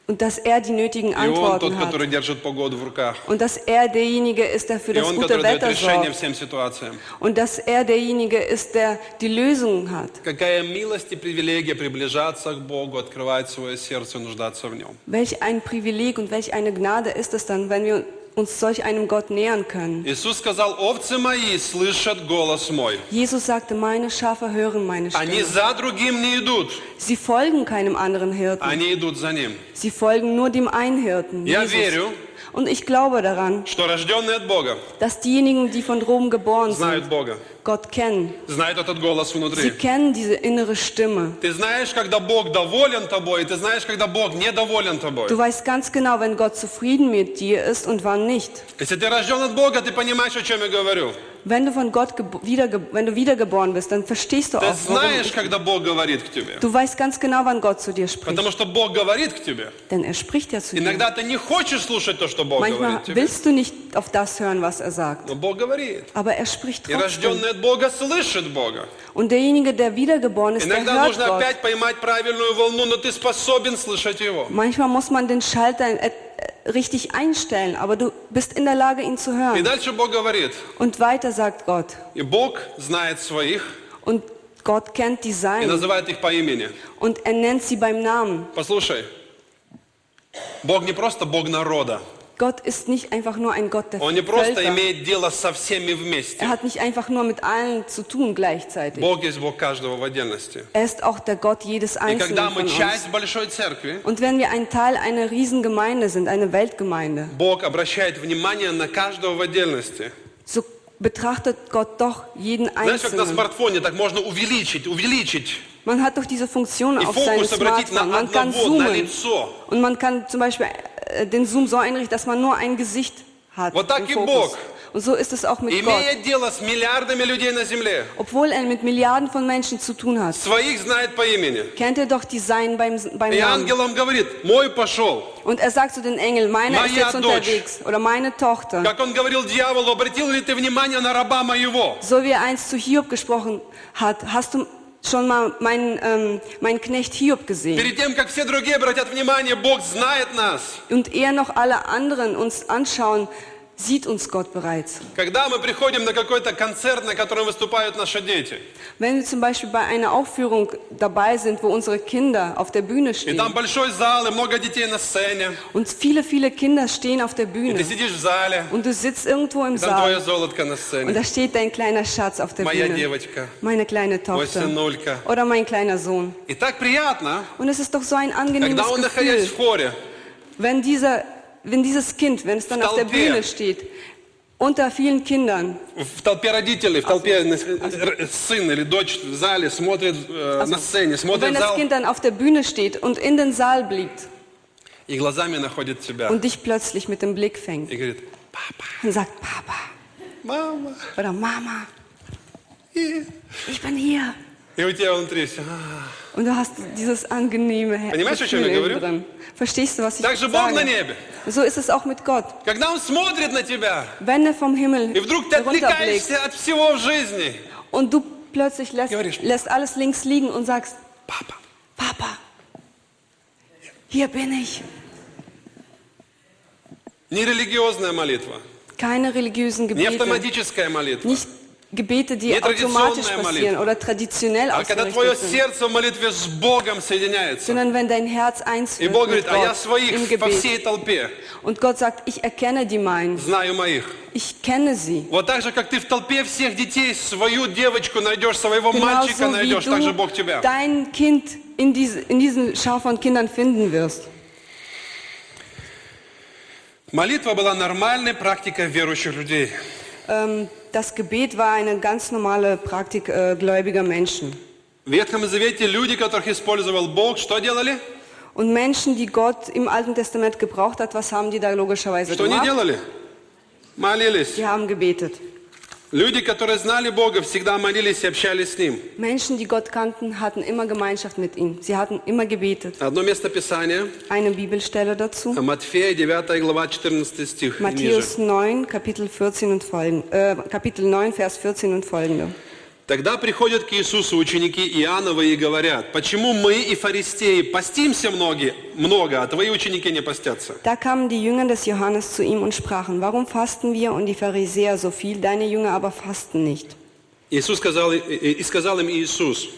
Speaker 2: und dass er die nötigen
Speaker 1: И Он тот,
Speaker 2: Antworten hat
Speaker 1: который держит погоду в руках.
Speaker 2: und dass er derjenige ist, der für
Speaker 1: И
Speaker 2: das
Speaker 1: Он,
Speaker 2: gute
Speaker 1: который дает
Speaker 2: Wetter
Speaker 1: решение
Speaker 2: sorgt
Speaker 1: всем ситуациям.
Speaker 2: und dass er derjenige ist, der die Lösung hat.
Speaker 1: Какая милость и привилегия приближаться к Богу, открывать свое сердце, нуждаться в Нем.
Speaker 2: Welch ein Privileg und welch eine Gnade ist es dann, wenn wir uns solch einem Gott nähern können.
Speaker 1: Иисус сказал, овцы мои слышат голос мой.
Speaker 2: Jesus sagte, meine Schafe hören meine Stimme.
Speaker 1: Они за другим не идут,
Speaker 2: Sie folgen keinem anderen Hirten.
Speaker 1: они идут за Ним.
Speaker 2: Sie folgen nur dem einen Hirten.
Speaker 1: Я
Speaker 2: Jesus.
Speaker 1: верю.
Speaker 2: Und ich glaube daran,
Speaker 1: Что рожденные от Бога
Speaker 2: dass diejenigen, die von Rom geboren sind,
Speaker 1: знают Бога,
Speaker 2: Gott kennen.
Speaker 1: знают этот голос
Speaker 2: Sie
Speaker 1: внутри.
Speaker 2: kennen diese innere Stimme.
Speaker 1: Ты знаешь, когда Бог доволен тобой, и ты знаешь, когда Бог недоволен тобой.
Speaker 2: Du weißt ganz genau, wenn Gott zufrieden mit dir ist und wann nicht.
Speaker 1: Если ты рожден от Бога, ты понимаешь, о чем я говорю.
Speaker 2: Wenn du von Gott gebo- wiederge wenn du wiedergeboren bist, dann verstehst du
Speaker 1: Ты
Speaker 2: auch, warum.
Speaker 1: знаешь, когда Бог говорит к тебе.
Speaker 2: Du weißt ganz genau, wann Gott zu dir spricht.
Speaker 1: Потому что Бог говорит к тебе.
Speaker 2: Denn er spricht ja zu dir.
Speaker 1: Иногда ты не хочешь слушать то, что Бог
Speaker 2: Manchmal
Speaker 1: говорит тебе.
Speaker 2: willst du nicht auf das hören, was er sagt.
Speaker 1: Но Бог говорит.
Speaker 2: Aber er spricht
Speaker 1: И
Speaker 2: trotzdem.
Speaker 1: рожденный от Бога слышит Бога.
Speaker 2: Und derjenige, der wiedergeboren ist, der
Speaker 1: Иногда
Speaker 2: hört
Speaker 1: нужно
Speaker 2: Gott.
Speaker 1: опять поймать правильную волну, но ты способен слышать Его.
Speaker 2: Manchmal muss man den Schalter äh, äh, richtig einstellen, aber du bist in der Lage, ihn zu
Speaker 1: И
Speaker 2: hören.
Speaker 1: дальше Бог говорит.
Speaker 2: Und weiter sagt Gott.
Speaker 1: И Бог знает своих
Speaker 2: Und Gott kennt die
Speaker 1: и
Speaker 2: Seinen.
Speaker 1: называет их по имени.
Speaker 2: Und er nennt sie beim Namen.
Speaker 1: Послушай, Бог не просто Бог народа.
Speaker 2: Gott ist nicht einfach nur ein Gott der
Speaker 1: Он не просто
Speaker 2: Völker.
Speaker 1: имеет дело со всеми вместе.
Speaker 2: Er hat nicht einfach nur mit allen zu tun gleichzeitig.
Speaker 1: Бог есть Бог каждого в отдельности.
Speaker 2: Er ist auch der Gott jedes
Speaker 1: И
Speaker 2: Einzelnen
Speaker 1: когда
Speaker 2: von
Speaker 1: мы
Speaker 2: uns.
Speaker 1: часть большой церкви,
Speaker 2: Und wenn wir ein Teil einer Riesengemeinde sind, eine Weltgemeinde,
Speaker 1: Бог обращает внимание на каждого в отдельности.
Speaker 2: so betrachtet Gott doch jeden
Speaker 1: Знаешь, как на
Speaker 2: Einzelnen.
Speaker 1: смартфоне так можно увеличить, увеличить
Speaker 2: Man hat doch diese Funktion
Speaker 1: и
Speaker 2: auf seinem
Speaker 1: фокус обратить
Speaker 2: Smartphone.
Speaker 1: на
Speaker 2: Man kann
Speaker 1: одного, на
Speaker 2: zoomen.
Speaker 1: лицо.
Speaker 2: Und man kann zum Beispiel äh, den Zoom so einrichten, dass man nur ein Gesicht hat.
Speaker 1: Вот так
Speaker 2: im
Speaker 1: и
Speaker 2: Fokus.
Speaker 1: Бог.
Speaker 2: Und so ist es auch mit Gott.
Speaker 1: Имея дело с миллиардами людей на земле,
Speaker 2: Obwohl er mit Milliarden von Menschen zu tun hat,
Speaker 1: своих знает по имени.
Speaker 2: kennt er doch die Seinen beim, beim
Speaker 1: И
Speaker 2: Namen.
Speaker 1: ангелам говорит, мой пошел.
Speaker 2: Und er sagt zu den Engeln, meiner ist
Speaker 1: Моя
Speaker 2: jetzt
Speaker 1: дочь.
Speaker 2: unterwegs oder meine Tochter.
Speaker 1: Как он говорил дьяволу, обратил ли ты внимание на раба моего?
Speaker 2: So wie er einst zu Hiob gesprochen hat, hast du schon mal meinen, ähm, meinen Knecht Hiob gesehen.
Speaker 1: Перед тем, как все другие обратят внимание, Бог знает нас.
Speaker 2: Und eher noch alle anderen uns anschauen, sieht uns Gott bereits.
Speaker 1: Когда мы приходим на какой-то концерт, на котором выступают наши дети,
Speaker 2: Wenn wir zum Beispiel bei einer Aufführung dabei sind, wo unsere Kinder auf der Bühne
Speaker 1: и
Speaker 2: stehen
Speaker 1: там большой зал, и много детей на сцене,
Speaker 2: und viele, viele Kinder stehen auf der
Speaker 1: и ты
Speaker 2: Bühne
Speaker 1: сидишь в зале,
Speaker 2: und du sitzt irgendwo im
Speaker 1: и там твое
Speaker 2: Saal
Speaker 1: золотко на
Speaker 2: und
Speaker 1: сцене,
Speaker 2: da steht dein kleiner Schatz auf der
Speaker 1: моя
Speaker 2: Bühne,
Speaker 1: девочка,
Speaker 2: meine kleine
Speaker 1: мой
Speaker 2: Tochter
Speaker 1: сынулька.
Speaker 2: oder mein kleiner Sohn.
Speaker 1: И так приятно,
Speaker 2: Und es ist doch so ein
Speaker 1: когда
Speaker 2: angenehmes
Speaker 1: он, находясь
Speaker 2: Gefühl,
Speaker 1: в хоре,
Speaker 2: wenn, dieser, wenn dieses Kind, wenn es dann auf der
Speaker 1: Stolpe.
Speaker 2: Bühne steht, unter vielen Kindern,
Speaker 1: в толпе родителей, в толпе э, э, сын или дочь в зале смотрит э, на сцене,
Speaker 2: und
Speaker 1: смотрит
Speaker 2: wenn
Speaker 1: в
Speaker 2: das
Speaker 1: зал
Speaker 2: Kind dann auf der Bühne steht und in den Saal blickt
Speaker 1: и глазами находит тебя
Speaker 2: und dich plötzlich mit dem Blick fängt
Speaker 1: и говорит, папа,
Speaker 2: und sagt, Papa,
Speaker 1: мама,
Speaker 2: Oder Mama,
Speaker 1: и,
Speaker 2: ich bin hier.
Speaker 1: и у тебя внутри все. «А».
Speaker 2: Und du hast dieses angenehme Her-
Speaker 1: Понимаешь, о чем я
Speaker 2: Gefühl
Speaker 1: говорю?
Speaker 2: innen drin. Verstehst du, was ich
Speaker 1: Так же Бог на
Speaker 2: sage?
Speaker 1: небе.
Speaker 2: So ist es auch mit Gott.
Speaker 1: Когда Он смотрит на тебя,
Speaker 2: Wenn er vom Himmel
Speaker 1: и вдруг ты
Speaker 2: herunterblickt
Speaker 1: отвлекаешься от всего в жизни.
Speaker 2: und du plötzlich lässt,
Speaker 1: Говоришь.
Speaker 2: lässt alles links liegen und sagst,
Speaker 1: Папа,
Speaker 2: Papa, hier bin ich.
Speaker 1: не религиозная молитва,
Speaker 2: Keine religiösen
Speaker 1: не
Speaker 2: Gebete,
Speaker 1: автоматическая молитва,
Speaker 2: nicht Gebete, die
Speaker 1: Не традиционная
Speaker 2: automatisch passieren
Speaker 1: молитва.
Speaker 2: oder traditionell
Speaker 1: а когда твое
Speaker 2: ausgerichtet sind,
Speaker 1: сердце в молитве с Богом соединяется.
Speaker 2: sondern wenn dein Herz eins
Speaker 1: И
Speaker 2: wird
Speaker 1: Бог
Speaker 2: mit
Speaker 1: говорит, а я
Speaker 2: Gott im
Speaker 1: своих по
Speaker 2: Gebet.
Speaker 1: всей толпе
Speaker 2: Und Gott sagt, ich erkenne die meinen,
Speaker 1: знаю моих.
Speaker 2: ich kenne sie.
Speaker 1: Вот так же, как ты в толпе всех детей свою девочку найдешь, своего мальчика
Speaker 2: Genauso
Speaker 1: найдешь, так же Бог
Speaker 2: wie du
Speaker 1: тебя.
Speaker 2: dein Kind in, diese, in diesen Schar von Kindern finden wirst.
Speaker 1: Молитва была нормальной практикой верующих людей.
Speaker 2: Ähm, das Gebet war eine ganz normale Praktik äh, gläubiger Menschen.
Speaker 1: В Ветхом Завете люди, которых использовал Бог, что делали?
Speaker 2: Und Menschen, die Gott im Alten Testament gebraucht hat, was haben die da logischerweise
Speaker 1: Что они
Speaker 2: gemacht?
Speaker 1: делали? Молились.
Speaker 2: Die haben gebetet.
Speaker 1: Люди, которые знали Бога, всегда молились и общались с Ним.
Speaker 2: Menschen, die Gott kannten, hatten immer Gemeinschaft mit ihm. Sie hatten immer gebetet.
Speaker 1: Одно место Писания,
Speaker 2: Eine Bibelstelle dazu.
Speaker 1: Матфея, 9 глава, 14 стих. и
Speaker 2: Matthäus
Speaker 1: ниже.
Speaker 2: 9, Kapitel, 14 und folgen, äh, Kapitel 9, Vers 14 und folgende.
Speaker 1: Тогда приходят к Иисусу ученики Иоаннова и говорят, почему мы и фарисеи постимся многие, много, а твои ученики не постятся?
Speaker 2: Da kamen die Jünger des Johannes zu ihm und sprachen, warum fasten wir und die Pharisäer so viel, deine Jünger aber fasten nicht?
Speaker 1: Иисус сказал, и- и и сказал им Иисус,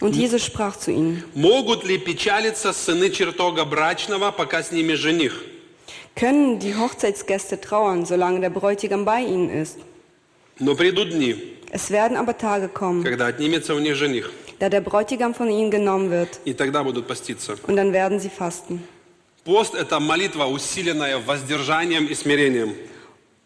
Speaker 1: Hm.
Speaker 2: Und Jesus sprach zu ihnen,
Speaker 1: могут ли печалиться сыны чертога брачного, пока с ними жених?
Speaker 2: können die Hochzeitsgäste trauern, solange der Bräutigam bei ihnen ist?
Speaker 1: Но придут дни,
Speaker 2: Es werden aber Tage kommen,
Speaker 1: когда отнимется у них жених,
Speaker 2: da der Bräutigam von ihnen genommen wird,
Speaker 1: и тогда будут поститься.
Speaker 2: und dann werden sie fasten.
Speaker 1: Пост – это молитва, усиленная воздержанием и смирением.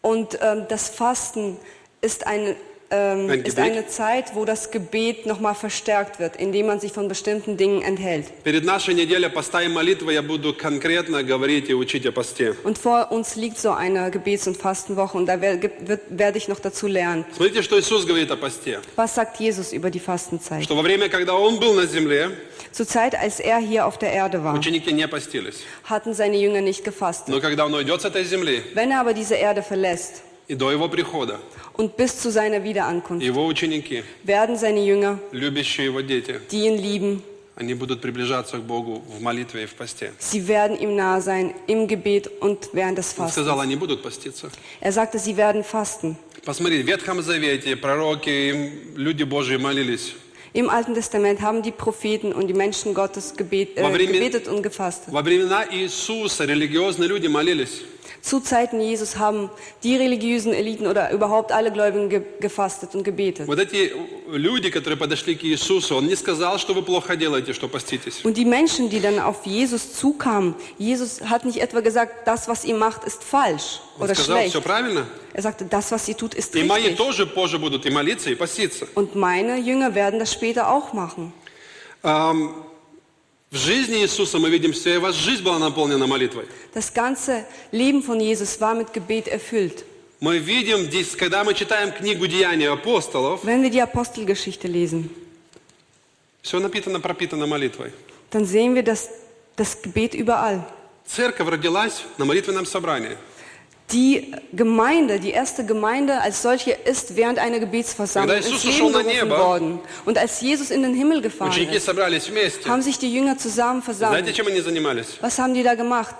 Speaker 2: Und ähm, das Fasten ist eine, ähm,
Speaker 1: Ein
Speaker 2: ist
Speaker 1: Gebet?
Speaker 2: eine Zeit, wo das Gebet nochmal verstärkt wird, indem man sich von bestimmten Dingen enthält.
Speaker 1: Перед нашей неделей поста и молитвы я буду конкретно говорить и учить о посте.
Speaker 2: Und vor uns liegt so eine Gebets- und Fastenwoche und da wer- gibt- wird, werde ich noch dazu lernen.
Speaker 1: Смотрите, что Иисус говорит о посте.
Speaker 2: Was sagt Jesus über die Fastenzeit?
Speaker 1: Что во время, когда Он был на земле,
Speaker 2: Zur Zeit, als er hier auf der Erde war,
Speaker 1: ученики не постились.
Speaker 2: hatten seine Jünger nicht gefastet.
Speaker 1: Но когда Он уйдет с этой земли,
Speaker 2: Wenn er aber diese Erde verlässt
Speaker 1: и до Его прихода,
Speaker 2: und bis zu seiner Wiederankunft,
Speaker 1: Его ученики,
Speaker 2: werden seine Jünger,
Speaker 1: любящие Его дети,
Speaker 2: die ihn lieben,
Speaker 1: они будут приближаться к Bogу в молитве и в посте.
Speaker 2: sie werden ihm nahe sein im Gebet und während des
Speaker 1: Он сказал,
Speaker 2: Fastens.
Speaker 1: они будут поститься.
Speaker 2: Er sagte, sie werden fasten.
Speaker 1: Посмотри, в Ветхом Завете пророки, им люди Божьи молились.
Speaker 2: Im Alten Testament haben die Propheten und die Menschen Gottes gebet,
Speaker 1: Во
Speaker 2: äh,
Speaker 1: время-
Speaker 2: gebetet und gefastet.
Speaker 1: Во времена Иисуса религиозные люди молились.
Speaker 2: Zu Zeiten Jesus haben die religiösen Eliten oder überhaupt alle Gläubigen ge gefastet und gebetet.
Speaker 1: Вот эти люди, которые подошли к Иисусу, Он не сказал, что вы плохо делаете, что поститесь.
Speaker 2: Und die Menschen, die dann auf Jesus zukamen, Jesus hat nicht etwa gesagt, das, was ihr macht, ist falsch
Speaker 1: Он
Speaker 2: oder
Speaker 1: сказал, все
Speaker 2: schlecht.
Speaker 1: правильно.
Speaker 2: Er sagte, das, was ihr tut, ist
Speaker 1: И мои
Speaker 2: richtig.
Speaker 1: тоже позже будут и молиться, и поститься.
Speaker 2: Und meine Jünger werden das später auch machen.
Speaker 1: Ам, В жизни Иисуса мы видим, вся его жизнь была наполнена молитвой.
Speaker 2: Das ganze Leben von Jesus war mit Gebet erfüllt.
Speaker 1: Мы видим здесь, когда мы читаем книгу «Деяния апостолов»,
Speaker 2: Wenn wir die Apostelgeschichte lesen,
Speaker 1: все напитано, пропитано молитвой.
Speaker 2: dann sehen wir das, das Gebet überall.
Speaker 1: Церковь родилась на молитвенном собрании.
Speaker 2: Die Gemeinde, die erste Gemeinde als solche ist während einer Gebetsversammlung
Speaker 1: Когда Иисус
Speaker 2: ins
Speaker 1: ушел
Speaker 2: Leben
Speaker 1: на
Speaker 2: gerufen
Speaker 1: небо,
Speaker 2: worden. Und als Jesus in den Himmel gefahren
Speaker 1: Ученики
Speaker 2: ist,
Speaker 1: собрались вместе.
Speaker 2: haben sich die Jünger zusammen
Speaker 1: Знаете,
Speaker 2: versammelt.
Speaker 1: чем они занимались?
Speaker 2: Was haben die da gemacht?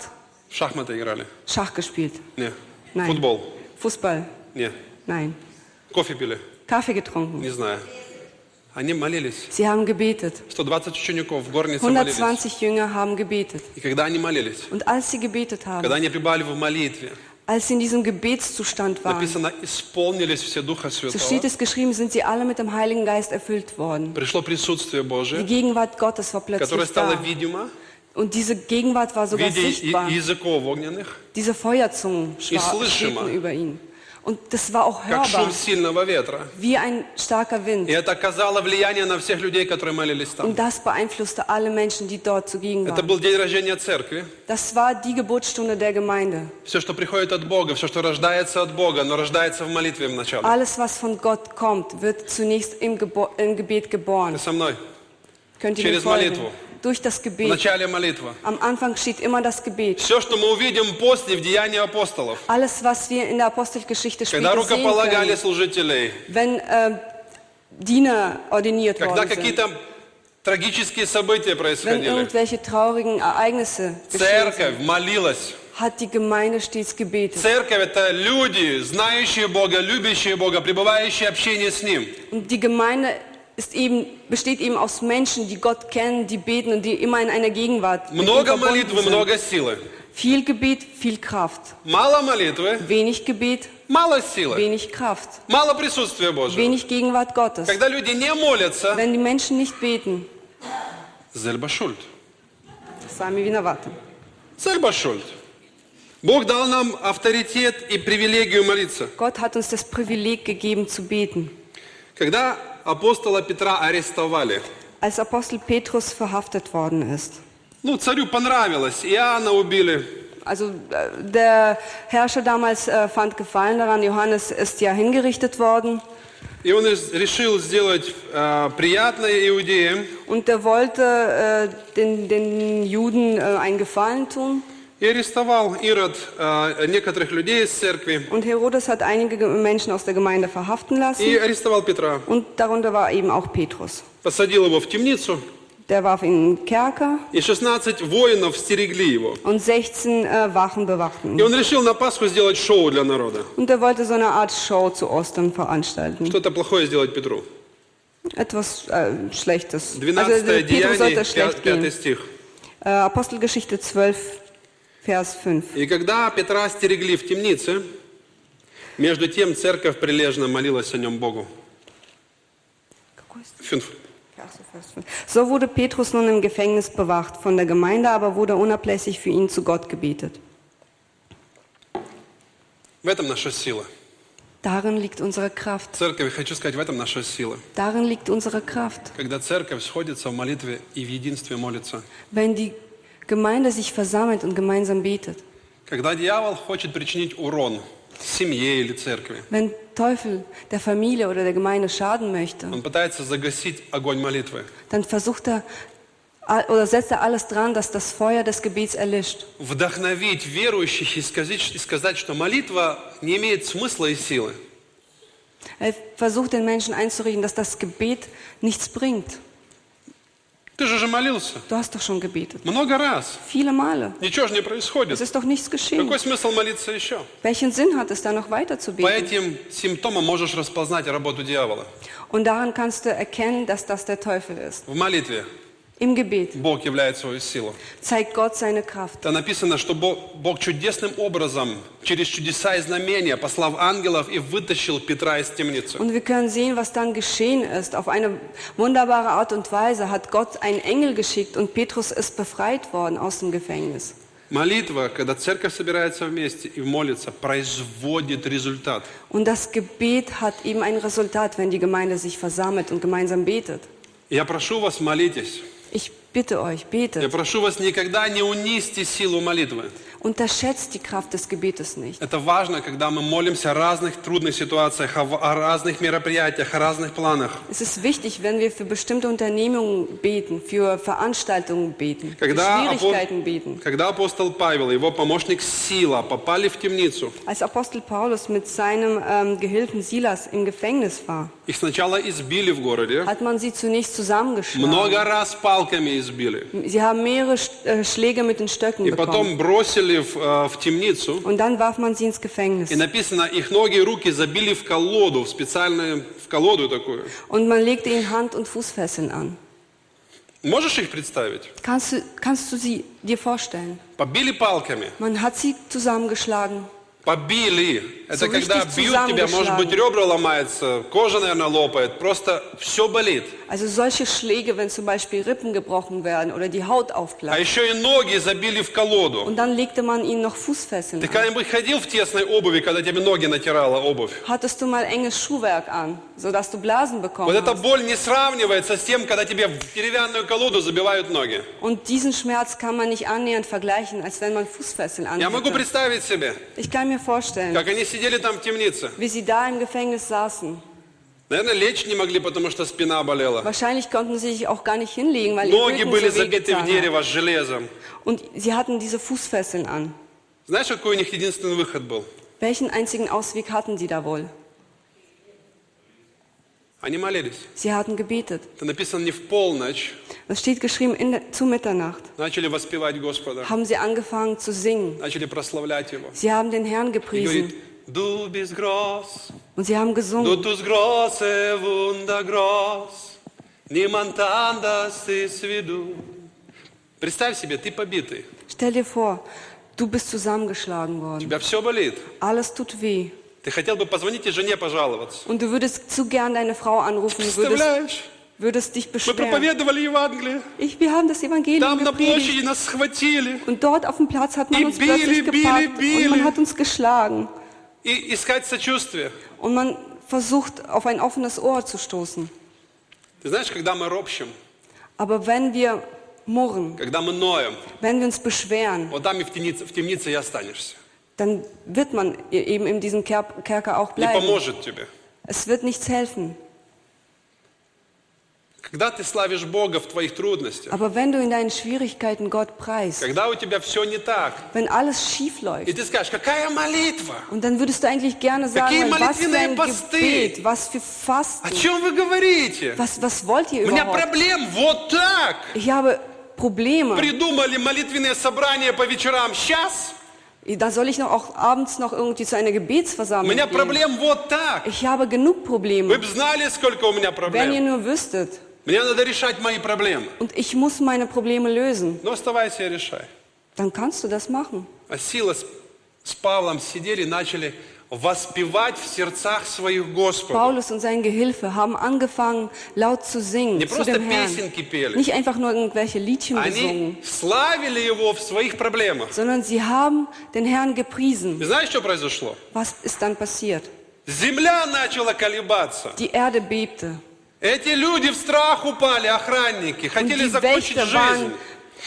Speaker 1: В шахматы играли.
Speaker 2: Schach gespielt.
Speaker 1: Не.
Speaker 2: Nein.
Speaker 1: Футбол.
Speaker 2: Fußball.
Speaker 1: Не.
Speaker 2: Nein.
Speaker 1: Кофе пили.
Speaker 2: Kaffee getrunken.
Speaker 1: Не знаю. Они молились.
Speaker 2: Sie haben gebetet.
Speaker 1: 120 учеников в горнице молились.
Speaker 2: 120 Jünger haben gebetet.
Speaker 1: И когда они молились,
Speaker 2: Und als sie gebetet haben,
Speaker 1: когда они пребывали в молитве,
Speaker 2: als sie in diesem Gebetszustand waren,
Speaker 1: написано, исполнились все Духа
Speaker 2: so steht
Speaker 1: Святого.
Speaker 2: es geschrieben, sind sie alle mit dem Heiligen Geist erfüllt worden.
Speaker 1: Пришло присутствие
Speaker 2: Die
Speaker 1: Божие,
Speaker 2: Gegenwart Gottes war
Speaker 1: которое
Speaker 2: plötzlich
Speaker 1: стало
Speaker 2: da.
Speaker 1: видимо
Speaker 2: Und diese Gegenwart war
Speaker 1: в
Speaker 2: sogar
Speaker 1: виде и-
Speaker 2: sichtbar.
Speaker 1: языков огненных,
Speaker 2: Diese Feuerzungen
Speaker 1: Ich
Speaker 2: schwa-
Speaker 1: слышу
Speaker 2: schwebten
Speaker 1: mal.
Speaker 2: über ihn. Und das war auch
Speaker 1: как
Speaker 2: hörbar,
Speaker 1: шум сильного ветра.
Speaker 2: wie ein starker
Speaker 1: И
Speaker 2: Wind.
Speaker 1: это оказало влияние на всех людей, которые молились там.
Speaker 2: Und das beeinflusste alle Menschen, die dort zugegen
Speaker 1: Это
Speaker 2: waren.
Speaker 1: был день рождения церкви.
Speaker 2: Das war die Geburtsstunde der Gemeinde.
Speaker 1: Все, что приходит от Бога, все, что рождается от Бога, но рождается в молитве вначале.
Speaker 2: Alles, was von Gott kommt, wird zunächst im, Gebo im Gebet
Speaker 1: Ты
Speaker 2: geboren.
Speaker 1: со мной.
Speaker 2: Könnt ihr mir
Speaker 1: Через
Speaker 2: folgen?
Speaker 1: молитву.
Speaker 2: Durch das
Speaker 1: В
Speaker 2: Gebet.
Speaker 1: начале молитва.
Speaker 2: Am Anfang steht immer das Gebet.
Speaker 1: Все, что мы увидим после в Деянии апостолов,
Speaker 2: Alles, was wir in der Apostelgeschichte
Speaker 1: когда
Speaker 2: später sehen
Speaker 1: рукополагали
Speaker 2: können,
Speaker 1: служителей,
Speaker 2: wenn äh, Diener ordiniert
Speaker 1: когда
Speaker 2: worden sind,
Speaker 1: какие-то трагические события
Speaker 2: wenn
Speaker 1: происходили,
Speaker 2: irgendwelche traurigen Ereignisse geschehen sind,
Speaker 1: церковь молилась.
Speaker 2: hat die Gemeinde stets gebetet.
Speaker 1: Церковь это люди, знающие Бога, любящие Бога, пребывающие в общении с Ним.
Speaker 2: Und die Gemeinde ist eben, besteht eben aus Menschen, die Gott kennen, die beten und die immer in einer Gegenwart mit ihm
Speaker 1: Много
Speaker 2: verbunden
Speaker 1: молитвы,
Speaker 2: sind.
Speaker 1: много силы.
Speaker 2: Viel Gebet, viel Kraft.
Speaker 1: Мало молитвы,
Speaker 2: Wenig Gebet,
Speaker 1: мало силы.
Speaker 2: wenig Kraft.
Speaker 1: Мало присутствия Божьего.
Speaker 2: Wenig Gegenwart Gottes.
Speaker 1: Когда люди не молятся,
Speaker 2: Wenn die Menschen nicht beten,
Speaker 1: Зельбашульт.
Speaker 2: sami виноваты.
Speaker 1: Зельбашульт. Бог дал нам авторитет и привилегию молиться.
Speaker 2: Gott hat uns das Privileg gegeben zu beten.
Speaker 1: Когда апостола Петра арестовали,
Speaker 2: Als Apostel Petrus verhaftet worden ist,
Speaker 1: ну, царю понравилось, Иоанна убили.
Speaker 2: also äh, der Herrscher damals äh, fand Gefallen daran, Johannes ist ja hingerichtet worden
Speaker 1: И он из- решил сделать э, приятное иудеям.
Speaker 2: und er wollte äh, den, den Juden äh, einen Gefallen tun
Speaker 1: И арестовал Ирод э, некоторых людей из церкви.
Speaker 2: und Herodes hat einige Ge- Menschen aus der Gemeinde verhaften
Speaker 1: И
Speaker 2: lassen
Speaker 1: арестовал Петра.
Speaker 2: und darunter war eben auch Petrus.
Speaker 1: Посадил его в темницу.
Speaker 2: Der warf ihn in den Kerker
Speaker 1: И 16 воинов стерегли его.
Speaker 2: und 16 äh, Wachen bewachten
Speaker 1: И
Speaker 2: ihn.
Speaker 1: он решил на Пасху сделать шоу для народа.
Speaker 2: Und er wollte so eine Art Show zu Ostern veranstalten.
Speaker 1: Что-то плохое сделать Петру.
Speaker 2: Etwas äh, Schlechtes.
Speaker 1: 12
Speaker 2: der Petrus
Speaker 1: Деяние,
Speaker 2: sollte schlecht
Speaker 1: 5,
Speaker 2: gehen.
Speaker 1: стих.
Speaker 2: Äh, Apostelgeschichte 12, Vers 5.
Speaker 1: И когда Петра стерегли в темнице, между тем церковь прилежно молилась о нем Богу. Финф.
Speaker 2: Ach so, Vers 5. So wurde Petrus nun im Gefängnis bewacht, von der Gemeinde aber wurde unablässig für ihn zu Gott gebetet.
Speaker 1: В этом наша сила.
Speaker 2: Darin liegt unsere Kraft.
Speaker 1: Церковь, хочу сказать, в этом наша сила.
Speaker 2: Darin liegt unsere Kraft.
Speaker 1: Когда церковь сходится в молитве и в единстве молится.
Speaker 2: Wenn die Gemeinde sich versammelt und gemeinsam betet.
Speaker 1: Когда дьявол хочет причинить урон семье или церкви,
Speaker 2: Wenn Teufel der Familie oder der Gemeinde schaden möchte,
Speaker 1: он пытается загасить огонь молитвы.
Speaker 2: dann versucht er all- oder setzt er alles dran, dass das Feuer des Gebets erlischt.
Speaker 1: Вдохновить верующих и сказать, и сказать, что молитва не имеет смысла и силы.
Speaker 2: Er versucht den Menschen einzureden, dass das Gebet nichts bringt.
Speaker 1: Ты же же молился.
Speaker 2: Du hast doch schon gebetet.
Speaker 1: Много раз.
Speaker 2: Viele Male.
Speaker 1: Ничего же не
Speaker 2: Es
Speaker 1: происходит.
Speaker 2: ist doch nichts geschehen.
Speaker 1: Какой смысл молиться еще?
Speaker 2: Welchen Sinn hat es da noch weiter zu
Speaker 1: По
Speaker 2: beten?
Speaker 1: этим симптомам можешь распознать работу дьявола.
Speaker 2: Und daran kannst du erkennen, dass das der Teufel ist.
Speaker 1: В молитве
Speaker 2: Im Gebet
Speaker 1: Бог являет свою силу.
Speaker 2: zeigt Gott seine Kraft.
Speaker 1: Это написано, что Бог, Бог чудесным образом, через чудеса и знамения, послав ангелов и вытащил Петра из темницы.
Speaker 2: Und wir können sehen, was dann geschehen ist. Auf eine wunderbare Art und Weise hat Gott einen Engel geschickt und Petrus ist befreit worden aus dem Gefängnis.
Speaker 1: Молитва, когда церковь собирается вместе и молится, производит результат.
Speaker 2: Und das Gebet hat eben ein Resultat, wenn die Gemeinde sich versammelt und gemeinsam betet.
Speaker 1: Я прошу вас, молитесь.
Speaker 2: Ich bitte euch,
Speaker 1: Я
Speaker 2: betet.
Speaker 1: прошу вас, никогда не унизьте силу молитвы.
Speaker 2: Unterschätzt die Kraft des Gebetes nicht.
Speaker 1: Это важно, когда мы молимся о разных трудных ситуациях, о, в- о разных мероприятиях, о разных планах.
Speaker 2: Es ist wichtig, wenn wir für bestimmte Unternehmungen beten, für Veranstaltungen beten, für
Speaker 1: Когда, апо-
Speaker 2: Schwierigkeiten beten.
Speaker 1: когда апостол Павел и его помощник Сила попали в темницу,
Speaker 2: Als Apostel Paulus mit seinem ähm, Gehilfen Silas im Gefängnis war,
Speaker 1: их сначала избили в городе,
Speaker 2: hat man sie zunächst zusammengeschlagen.
Speaker 1: много раз палками избили,
Speaker 2: Sie haben mehrere Sch- äh, Schläge mit den Stöcken
Speaker 1: и
Speaker 2: bekommen.
Speaker 1: потом бросили в, э, в темницу.
Speaker 2: Und dann warf man sie ins Gefängnis.
Speaker 1: И написано, их ноги и руки забили в колоду, в специальную в колоду такую.
Speaker 2: Und man legte ihnen Hand- und Fußfesseln an.
Speaker 1: Можешь их представить?
Speaker 2: Kannst du, kannst du sie dir vorstellen?
Speaker 1: Побили палками.
Speaker 2: Man hat sie zusammengeschlagen.
Speaker 1: Побили. Это
Speaker 2: So
Speaker 1: когда
Speaker 2: richtig
Speaker 1: бьют тебя, может быть,
Speaker 2: zusammengeschlagen.
Speaker 1: ребра ломаются, кожа, наверное, лопает. Просто все болит.
Speaker 2: Also solche Schläge, wenn zum Beispiel Rippen gebrochen werden oder die Haut
Speaker 1: А
Speaker 2: aufplatzt.
Speaker 1: еще и ноги забили в колоду.
Speaker 2: Und dann legte man ihnen noch Fußfesseln
Speaker 1: Ты
Speaker 2: an.
Speaker 1: когда-нибудь ходил в тесной обуви, когда тебе ноги натирала обувь?
Speaker 2: Hattest du mal enges Schuhwerk an, sodass du Blasen
Speaker 1: Вот
Speaker 2: bekommen
Speaker 1: эта
Speaker 2: hast?
Speaker 1: боль не сравнивается с тем, когда тебе в деревянную колоду забивают ноги.
Speaker 2: Und diesen Schmerz kann man nicht annähernd vergleichen, als wenn man Fußfesseln
Speaker 1: Я могу
Speaker 2: anhat.
Speaker 1: представить себе,
Speaker 2: Ich kann mir vorstellen,
Speaker 1: как они сидели там в темнице.
Speaker 2: wie sie da im Gefängnis saßen.
Speaker 1: Наверное, лечь не могли, потому что спина болела.
Speaker 2: Wahrscheinlich konnten sie sich auch gar nicht hinlegen, weil ihr
Speaker 1: Ноги
Speaker 2: Rücken
Speaker 1: были
Speaker 2: so
Speaker 1: забиты в
Speaker 2: wehgetan hat.
Speaker 1: дерево с железом.
Speaker 2: Und sie hatten diese Fußfesseln an.
Speaker 1: Знаешь, какой у них единственный выход был?
Speaker 2: Welchen einzigen Ausweg hatten sie da wohl?
Speaker 1: Они молились.
Speaker 2: Sie hatten gebetet.
Speaker 1: Это написано не в полночь.
Speaker 2: Es steht geschrieben, in der, zu Mitternacht
Speaker 1: Начали воспевать Господа.
Speaker 2: haben sie angefangen zu singen.
Speaker 1: Начали прославлять Его.
Speaker 2: Sie haben den Herrn
Speaker 1: И говорит,
Speaker 2: gepriesen
Speaker 1: «Du bist groß,
Speaker 2: und sie haben
Speaker 1: du
Speaker 2: gesungen.
Speaker 1: tust große Wunder groß, niemand anders ist wie du». Представь себе, ты побитый,
Speaker 2: Stell dir vor, du bist zusammengeschlagen
Speaker 1: у
Speaker 2: worden.
Speaker 1: тебя все болит.
Speaker 2: Alles tut weh.
Speaker 1: Ты хотел бы позвонить и жене пожаловаться.
Speaker 2: Und du würdest zu gern deine Frau anrufen, du würdest,
Speaker 1: Представляешь?
Speaker 2: würdest dich
Speaker 1: Мы
Speaker 2: beschweren.
Speaker 1: проповедовали Евангелие.
Speaker 2: Ich, wir haben das Evangelium
Speaker 1: Там на
Speaker 2: gepredigt.
Speaker 1: площади нас схватили.
Speaker 2: Und dort auf dem Platz hat man
Speaker 1: Die
Speaker 2: uns
Speaker 1: Biele,
Speaker 2: plötzlich
Speaker 1: Biele,
Speaker 2: gepackt und
Speaker 1: Biele.
Speaker 2: man hat uns geschlagen.
Speaker 1: И искать сочувствие.
Speaker 2: Und man versucht, auf ein offenes Ohr zu stoßen.
Speaker 1: Ты знаешь, когда мы ропщем,
Speaker 2: Aber wenn wir murren,
Speaker 1: когда мы ноем,
Speaker 2: wenn wir uns beschweren,
Speaker 1: вот там и в темнице, в темнице и останешься.
Speaker 2: dann wird man e-, eben in diesem Ker Kerker auch
Speaker 1: Не
Speaker 2: bleiben.
Speaker 1: поможет тебе.
Speaker 2: Es wird nichts helfen.
Speaker 1: Когда ты славишь Бога в твоих трудностях,
Speaker 2: Aber wenn du in deinen Schwierigkeiten Gott preist,
Speaker 1: когда у тебя все не так,
Speaker 2: wenn alles schief
Speaker 1: и
Speaker 2: läuft,
Speaker 1: ты скажешь, какая молитва?
Speaker 2: und dann würdest du eigentlich gerne sagen,
Speaker 1: Какие
Speaker 2: Mann, was für
Speaker 1: молитвенные
Speaker 2: ein
Speaker 1: посты?
Speaker 2: Gebet, was für
Speaker 1: О
Speaker 2: Fasten,
Speaker 1: чем вы говорите?
Speaker 2: was, was wollt ihr
Speaker 1: У меня
Speaker 2: überhaupt?
Speaker 1: проблем вот так.
Speaker 2: Ich habe Probleme.
Speaker 1: Придумали молитвенные собрания по вечерам. Сейчас
Speaker 2: Da soll ich noch auch abends noch irgendwie zu einer
Speaker 1: у
Speaker 2: Gebetsversammlung
Speaker 1: меня
Speaker 2: gehen.
Speaker 1: проблем вот так.
Speaker 2: Ich habe genug
Speaker 1: Вы
Speaker 2: Probleme,
Speaker 1: бы знали, сколько у меня
Speaker 2: wenn ihr
Speaker 1: проблем.
Speaker 2: nur wüsstet.
Speaker 1: Мне надо решать мои проблемы.
Speaker 2: Und ich muss meine Probleme lösen.
Speaker 1: Ну, оставайся и решай.
Speaker 2: Dann kannst du das machen.
Speaker 1: А Сила с, с Павлом сидели и начали воспевать в сердцах своих Господа.
Speaker 2: Paulus und sein Gehilfe haben angefangen, laut zu singen
Speaker 1: Не
Speaker 2: zu
Speaker 1: просто
Speaker 2: dem Herrn.
Speaker 1: песенки пели.
Speaker 2: Nicht einfach nur irgendwelche Liedchen gesungen,
Speaker 1: Они славили Его в своих проблемах.
Speaker 2: sondern sie haben den Herrn gepriesen.
Speaker 1: И знаешь, что произошло?
Speaker 2: Was ist dann passiert?
Speaker 1: Земля начала колебаться.
Speaker 2: Die Erde bebte.
Speaker 1: Эти люди в страх упали, охранники,
Speaker 2: Und
Speaker 1: хотели
Speaker 2: die
Speaker 1: закончить
Speaker 2: Wächter
Speaker 1: жизнь.
Speaker 2: waren,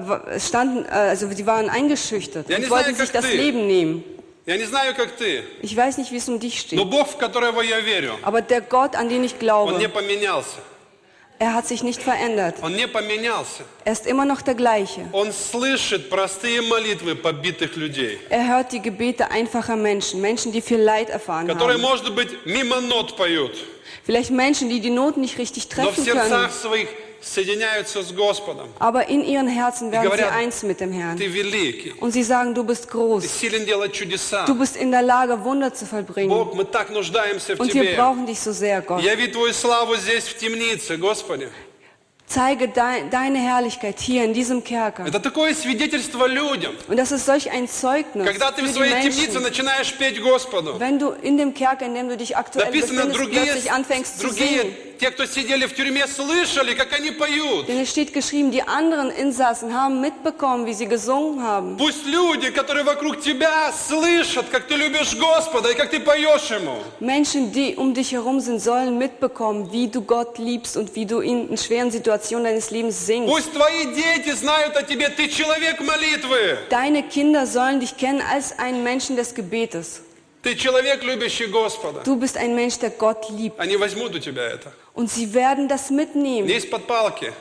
Speaker 2: äh, wa- standen, äh, also die waren eingeschüchtert
Speaker 1: Ja,
Speaker 2: und
Speaker 1: nicht
Speaker 2: wollten
Speaker 1: sagen,
Speaker 2: sich
Speaker 1: dass
Speaker 2: das
Speaker 1: die-
Speaker 2: Leben nehmen.
Speaker 1: Я не знаю, как ты,
Speaker 2: Ich weiß nicht, wie es um dich
Speaker 1: но
Speaker 2: steht,
Speaker 1: Бог, в которого я верю,
Speaker 2: aber der Gott, an den ich
Speaker 1: Он не
Speaker 2: glaube,
Speaker 1: поменялся.
Speaker 2: er hat sich nicht verändert.
Speaker 1: Он не поменялся.
Speaker 2: Er ist immer noch der gleiche.
Speaker 1: Он слышит простые молитвы побитых людей,
Speaker 2: Er hört die Gebete einfacher Menschen, Menschen, die viel Leid erfahren
Speaker 1: которые,
Speaker 2: haben.
Speaker 1: может быть, мимо нот поют,
Speaker 2: Vielleicht Menschen, die die Not nicht richtig
Speaker 1: но в
Speaker 2: treffen können,
Speaker 1: сердцах своих соединяются с Господом.
Speaker 2: Aber in ihren Herzen werden sie
Speaker 1: говорят,
Speaker 2: eins mit dem Herrn.
Speaker 1: Ты великий,
Speaker 2: Und sie sagen, du bist
Speaker 1: ты
Speaker 2: groß.
Speaker 1: силен делать чудеса.
Speaker 2: Du bist in der Lage, Wunder zu vollbringen.
Speaker 1: Бог, мы так нуждаемся в
Speaker 2: Und wir
Speaker 1: Тебе.
Speaker 2: brauchen dich so sehr, Gott.
Speaker 1: Яви Твою славу здесь, в темнице, Господи.
Speaker 2: Zeige dei- deine Herrlichkeit hier in diesem Kerker.
Speaker 1: Это такое свидетельство людям.
Speaker 2: Und das ist solch ein Zeugnis
Speaker 1: Когда ты в
Speaker 2: für die
Speaker 1: своей темнице
Speaker 2: Menschen.
Speaker 1: начинаешь петь Господу,
Speaker 2: Wenn du in dem Kerker, in dem du dich aktuell
Speaker 1: написано,
Speaker 2: befindest,
Speaker 1: другие,
Speaker 2: plötzlich anfängst zu singen.
Speaker 1: другие, те, кто сидели в тюрьме, слышали, как они поют.
Speaker 2: Denn es steht geschrieben, die anderen Insassen haben mitbekommen, wie sie gesungen haben.
Speaker 1: Пусть люди, которые вокруг тебя, слышат, как ты любишь Господа и как ты поешь Ему.
Speaker 2: Menschen, die um dich herum sind, sollen mitbekommen, wie du Gott liebst und wie du ihn in schweren Situationen deines Lebens singst.
Speaker 1: Пусть твои дети знают о тебе, ты человек молитвы.
Speaker 2: Deine Kinder sollen dich kennen als einen Menschen des Gebetes.
Speaker 1: Ты человек, любящий Господа.
Speaker 2: Du bist ein Mensch, der Gott liebt.
Speaker 1: Они возьмут у тебя это.
Speaker 2: Und sie werden das mitnehmen.
Speaker 1: Не из-под палки.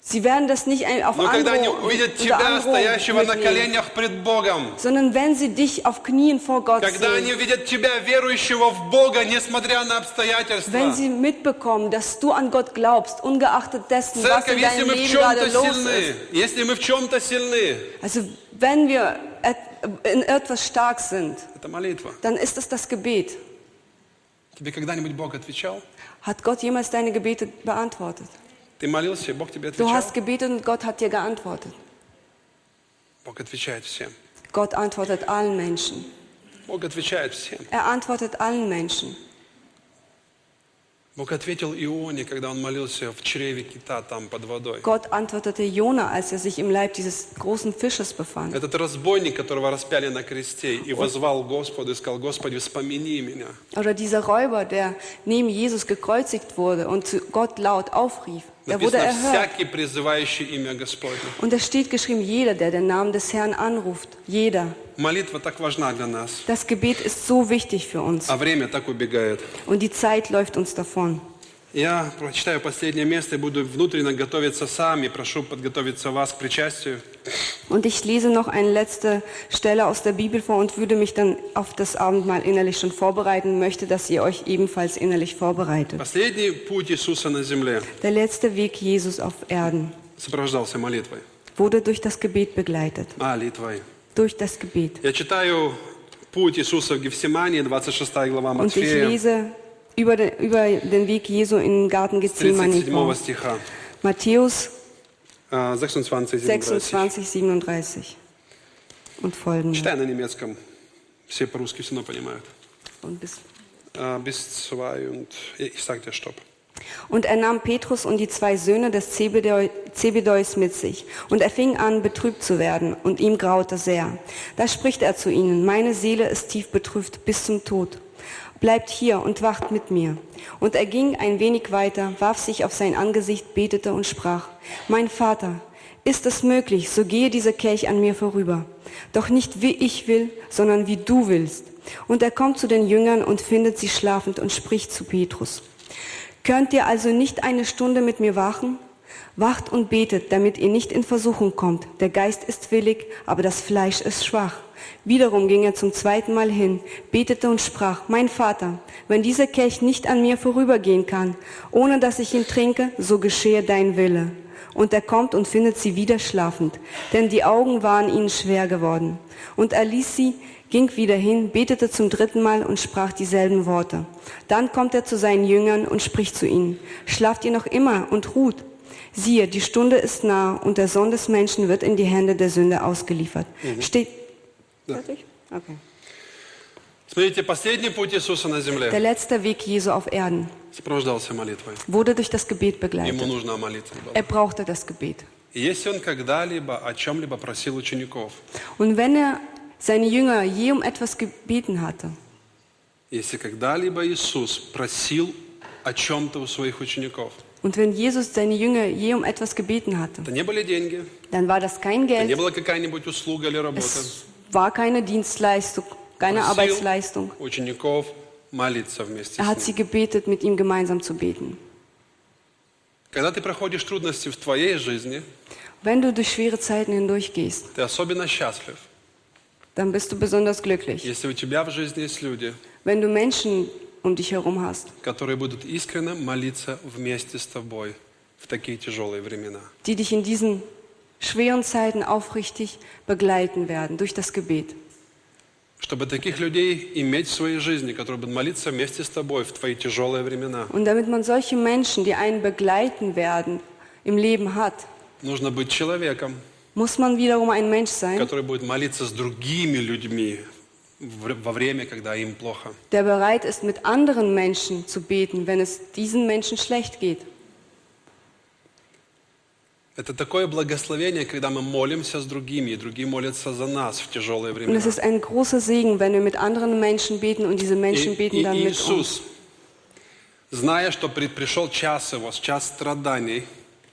Speaker 2: Sie werden das nicht ein- auf
Speaker 1: Но когда они
Speaker 2: Andro
Speaker 1: увидят тебя, стоящего на
Speaker 2: mitnehmen,
Speaker 1: коленях пред Богом,
Speaker 2: sondern wenn sie dich auf Knien vor Gott
Speaker 1: когда они
Speaker 2: sehen,
Speaker 1: увидят тебя, верующего в Бога, несмотря на
Speaker 2: wenn
Speaker 1: обстоятельства,
Speaker 2: sie mitbekommen, dass du an Gott glaubst, ungeachtet dessen, was
Speaker 1: Церковь,
Speaker 2: in
Speaker 1: если
Speaker 2: deinem
Speaker 1: мы в
Speaker 2: Leben gerade
Speaker 1: чем-то
Speaker 2: los ist,
Speaker 1: сильны, если мы в чем-то сильны,
Speaker 2: Also wenn wir et- in etwas stark sind,
Speaker 1: это молитва.
Speaker 2: dann ist es das Gebet.
Speaker 1: Тебе когда-нибудь Бог отвечал?
Speaker 2: Hat Gott jemals deine Gebete beantwortet?
Speaker 1: Ты молился, и Бог тебе
Speaker 2: Du
Speaker 1: отвечал?
Speaker 2: hast gebetet und Gott hat dir geantwortet.
Speaker 1: Бог отвечает всем.
Speaker 2: Gott antwortet allen Menschen.
Speaker 1: Бог отвечает всем.
Speaker 2: Er antwortet allen Menschen.
Speaker 1: Бог ответил Ионе, когда он молился в чреве кита там под водой.
Speaker 2: Gott antwortete Jona, als er sich im Leib dieses großen Fisches befand.
Speaker 1: Этот разбойник, которого распяли на кресте, и возвал Господу, и сказал, Господи, вспомини меня.
Speaker 2: Oder dieser Räuber, der neben Jesus gekreuzigt wurde und zu Gott laut aufrief. Er wurde
Speaker 1: Написано,
Speaker 2: erhört.
Speaker 1: всякий, призывающий имя Господне.
Speaker 2: Und da steht geschrieben, jeder, der den Namen des Herrn anruft, jeder.
Speaker 1: Молитва так важна для нас,
Speaker 2: Das Gebet ist so wichtig für uns.
Speaker 1: а время так убегает.
Speaker 2: Und die Zeit läuft uns davon.
Speaker 1: Я прочитаю последнее место и буду внутренно готовиться сам и прошу подготовиться вас к причастию.
Speaker 2: Und ich lese noch eine letzte Stelle aus der Bibel vor und würde mich dann auf das Abendmahl innerlich schon vorbereiten, möchte, dass ihr euch ebenfalls innerlich vorbereitet.
Speaker 1: Последний путь Иисуса на земле
Speaker 2: Der letzte Weg Jesus auf Erden
Speaker 1: сопровождался молитвой.
Speaker 2: wurde durch das Gebet begleitet.
Speaker 1: Молитвой.
Speaker 2: Durch das Gebet.
Speaker 1: Я читаю путь Иисуса в Гефсимании, 26 глава
Speaker 2: Und ich
Speaker 1: Матфея,
Speaker 2: lese über den, über den Weg Jesu in den Garten Gethsemane
Speaker 1: 37
Speaker 2: vor.
Speaker 1: стиха.
Speaker 2: Matthäus
Speaker 1: А, 26, 37.
Speaker 2: 26, 37 und folgende.
Speaker 1: Читай на немецком. Все по-русски все равно понимают.
Speaker 2: Und bis
Speaker 1: А, Bis zwei und... Ich sag dir, stopp.
Speaker 2: Und er nahm Petrus und die zwei Söhne des Zebedeu- Zebedeus mit sich. Und er fing an, betrübt zu werden, und ihm graute sehr. Da spricht er zu ihnen, meine Seele ist tief betrübt bis zum Tod. Bleibt hier und wacht mit mir. Und er ging ein wenig weiter, warf sich auf sein Angesicht, betete und sprach, mein Vater, ist es möglich, so gehe dieser Kelch an mir vorüber. Doch nicht wie ich will, sondern wie du willst. Und er kommt zu den Jüngern und findet sie schlafend und spricht zu Petrus. Könnt ihr also nicht eine Stunde mit mir wachen? Wacht und betet, damit ihr nicht in Versuchung kommt. Der Geist ist willig, aber das Fleisch ist schwach. Wiederum ging er zum zweiten Mal hin, betete und sprach, mein Vater, wenn dieser Kelch nicht an mir vorübergehen kann, ohne dass ich ihn trinke, so geschehe dein Wille. Und er kommt und findet sie wieder schlafend, denn die Augen waren ihnen schwer geworden. Und er ließ sie, ging wieder hin, betete zum dritten Mal und sprach dieselben Worte. Dann kommt er zu seinen Jüngern und spricht zu ihnen, schlaft ihr noch immer und ruht. Siehe, die Stunde ist nahe und der Sohn des Menschen wird in die Hände der Sünde ausgeliefert. Steht. Fertig? Okay.
Speaker 1: Смотрите, последний путь Иисуса на
Speaker 2: Der
Speaker 1: земле
Speaker 2: letzte Weg Jesu auf Erden
Speaker 1: сопровождался молитвой.
Speaker 2: wurde durch das Gebet
Speaker 1: Ему
Speaker 2: begleitet.
Speaker 1: нужна молитва была.
Speaker 2: Er brauchte das Gebet.
Speaker 1: И Если он когда-либо о чем-либо просил учеников,
Speaker 2: Und wenn er seine Jünger je um etwas gebeten hatte,
Speaker 1: если когда-либо Иисус просил о чем-то у своих учеников,
Speaker 2: und wenn Jesus seine Jünger je um etwas gebeten hatte,
Speaker 1: это не были деньги,
Speaker 2: dann war das kein
Speaker 1: это не
Speaker 2: Geld,
Speaker 1: была какая-нибудь услуga или работа.
Speaker 2: es war keine Dienstleistung, keine Arbeitsleistung.
Speaker 1: Просил учеников молиться вместе
Speaker 2: Er hat
Speaker 1: с
Speaker 2: sie
Speaker 1: ним.
Speaker 2: gebetet, mit ihm gemeinsam zu beten.
Speaker 1: Когда ты проходишь трудности в твоей жизни,
Speaker 2: Wenn du durch schwere Zeiten hindurchgehst,
Speaker 1: ты особенно счастлив,
Speaker 2: dann bist du besonders glücklich.
Speaker 1: если у тебя в жизни есть люди,
Speaker 2: Wenn du Menschen um dich herum hast,
Speaker 1: которые будут искренне молиться вместе с тобой в такие тяжелые времена.
Speaker 2: die dich in diesen schweren Zeiten aufrichtig begleiten werden durch das Gebet.
Speaker 1: Чтобы таких людей иметь в своей жизни, которые будут молиться вместе с тобой в твои тяжелые времена.
Speaker 2: Und damit man solche Menschen, die einen begleiten werden, im Leben hat,
Speaker 1: Нужно быть человеком,
Speaker 2: muss man wiederum ein Mensch sein,
Speaker 1: который будет молиться с другими людьми в- во время, когда им плохо.
Speaker 2: der bereit ist, mit anderen Menschen zu beten, wenn es diesen Menschen schlecht geht.
Speaker 1: Это такое благословение, когда мы молимся с другими, и другие молятся за нас в тяжелые
Speaker 2: Und
Speaker 1: времена.
Speaker 2: es ist ein großer Segen, wenn wir mit anderen Menschen beten und diese
Speaker 1: И,
Speaker 2: Menschen beten
Speaker 1: и
Speaker 2: dann mit uns.
Speaker 1: Иисус, зная, что при- пришел час Его, час страданий,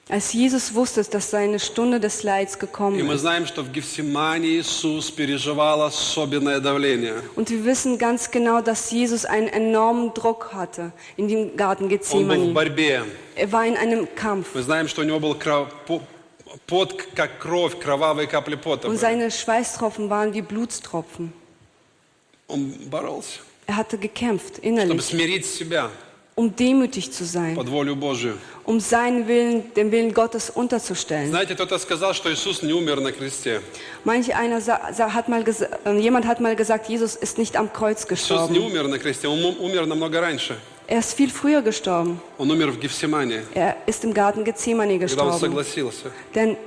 Speaker 2: Als Jesus wusste, dass seine Stunde des Leids
Speaker 1: и
Speaker 2: gekommen
Speaker 1: мы
Speaker 2: ist.
Speaker 1: знаем, что в Гефсимане Иисус переживал особенное давление.
Speaker 2: Und wir wissen ganz genau, dass Jesus einen enormen Druck hatte in dem Garten
Speaker 1: Он был в
Speaker 2: Gethsemane.
Speaker 1: борьбе.
Speaker 2: Er war in einem Kampf
Speaker 1: Мы знаем, что у Него был кров- по- пот, как кровь, кровавые капли пота.
Speaker 2: und
Speaker 1: были.
Speaker 2: seine Schweißtropfen waren wie Blutstropfen.
Speaker 1: Он боролся,
Speaker 2: Er hatte gekämpft
Speaker 1: чтобы
Speaker 2: innerlich,
Speaker 1: смирить себя
Speaker 2: um demütig zu sein,
Speaker 1: под волю Божию.
Speaker 2: um seinen Willen, dem Willen Gottes unterzustellen.
Speaker 1: Знаете, кто-то сказал, что Иисус не умер на кресте.
Speaker 2: Manch einer sa- sa- hat mal gesa- äh, jemand hat mal gesagt, Jesus ist nicht am Kreuz
Speaker 1: Иисус не
Speaker 2: gestorben.
Speaker 1: умер на кресте, Он ум- умер намного раньше.
Speaker 2: Er ist viel früher gestorben.
Speaker 1: Он умер в Гефсимане,
Speaker 2: Er ist im Garten Gethsemane
Speaker 1: когда он
Speaker 2: gestorben,
Speaker 1: согласился
Speaker 2: denn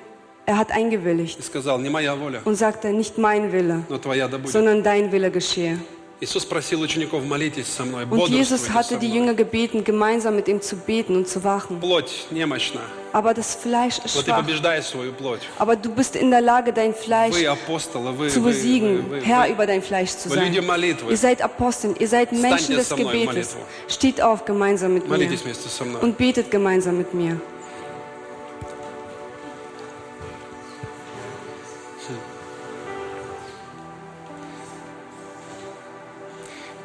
Speaker 2: er hat eingewilligt
Speaker 1: и сказал, не моя воля,
Speaker 2: und sagte, nicht mein Wille,
Speaker 1: но твоя да будет.
Speaker 2: sondern dein Wille geschehe.
Speaker 1: Иисус просил учеников, молитесь со мной,
Speaker 2: Und
Speaker 1: бодрствуйте
Speaker 2: Jesus
Speaker 1: со
Speaker 2: hatte die
Speaker 1: мной.
Speaker 2: Jünger gebeten, gemeinsam mit ihm zu beten und zu wachen.
Speaker 1: Плоть немощна,
Speaker 2: Aber das Fleisch ist
Speaker 1: но ты
Speaker 2: schwach.
Speaker 1: побеждай свою плоть.
Speaker 2: Aber du bist in der Lage, dein Fleisch
Speaker 1: Вы апостолы, вы,
Speaker 2: zu
Speaker 1: вы, вы,
Speaker 2: besiegen,
Speaker 1: вы,
Speaker 2: Herr
Speaker 1: вы.
Speaker 2: über dein Fleisch zu
Speaker 1: Вы
Speaker 2: sein.
Speaker 1: люди молитвы.
Speaker 2: Ihr seid Aposteln, ihr seid Menschen des
Speaker 1: со мной в
Speaker 2: Gebetes.
Speaker 1: молитву.
Speaker 2: Steht auf gemeinsam mit mir
Speaker 1: Молитесь вместе со мной.
Speaker 2: und betet gemeinsam mit mir.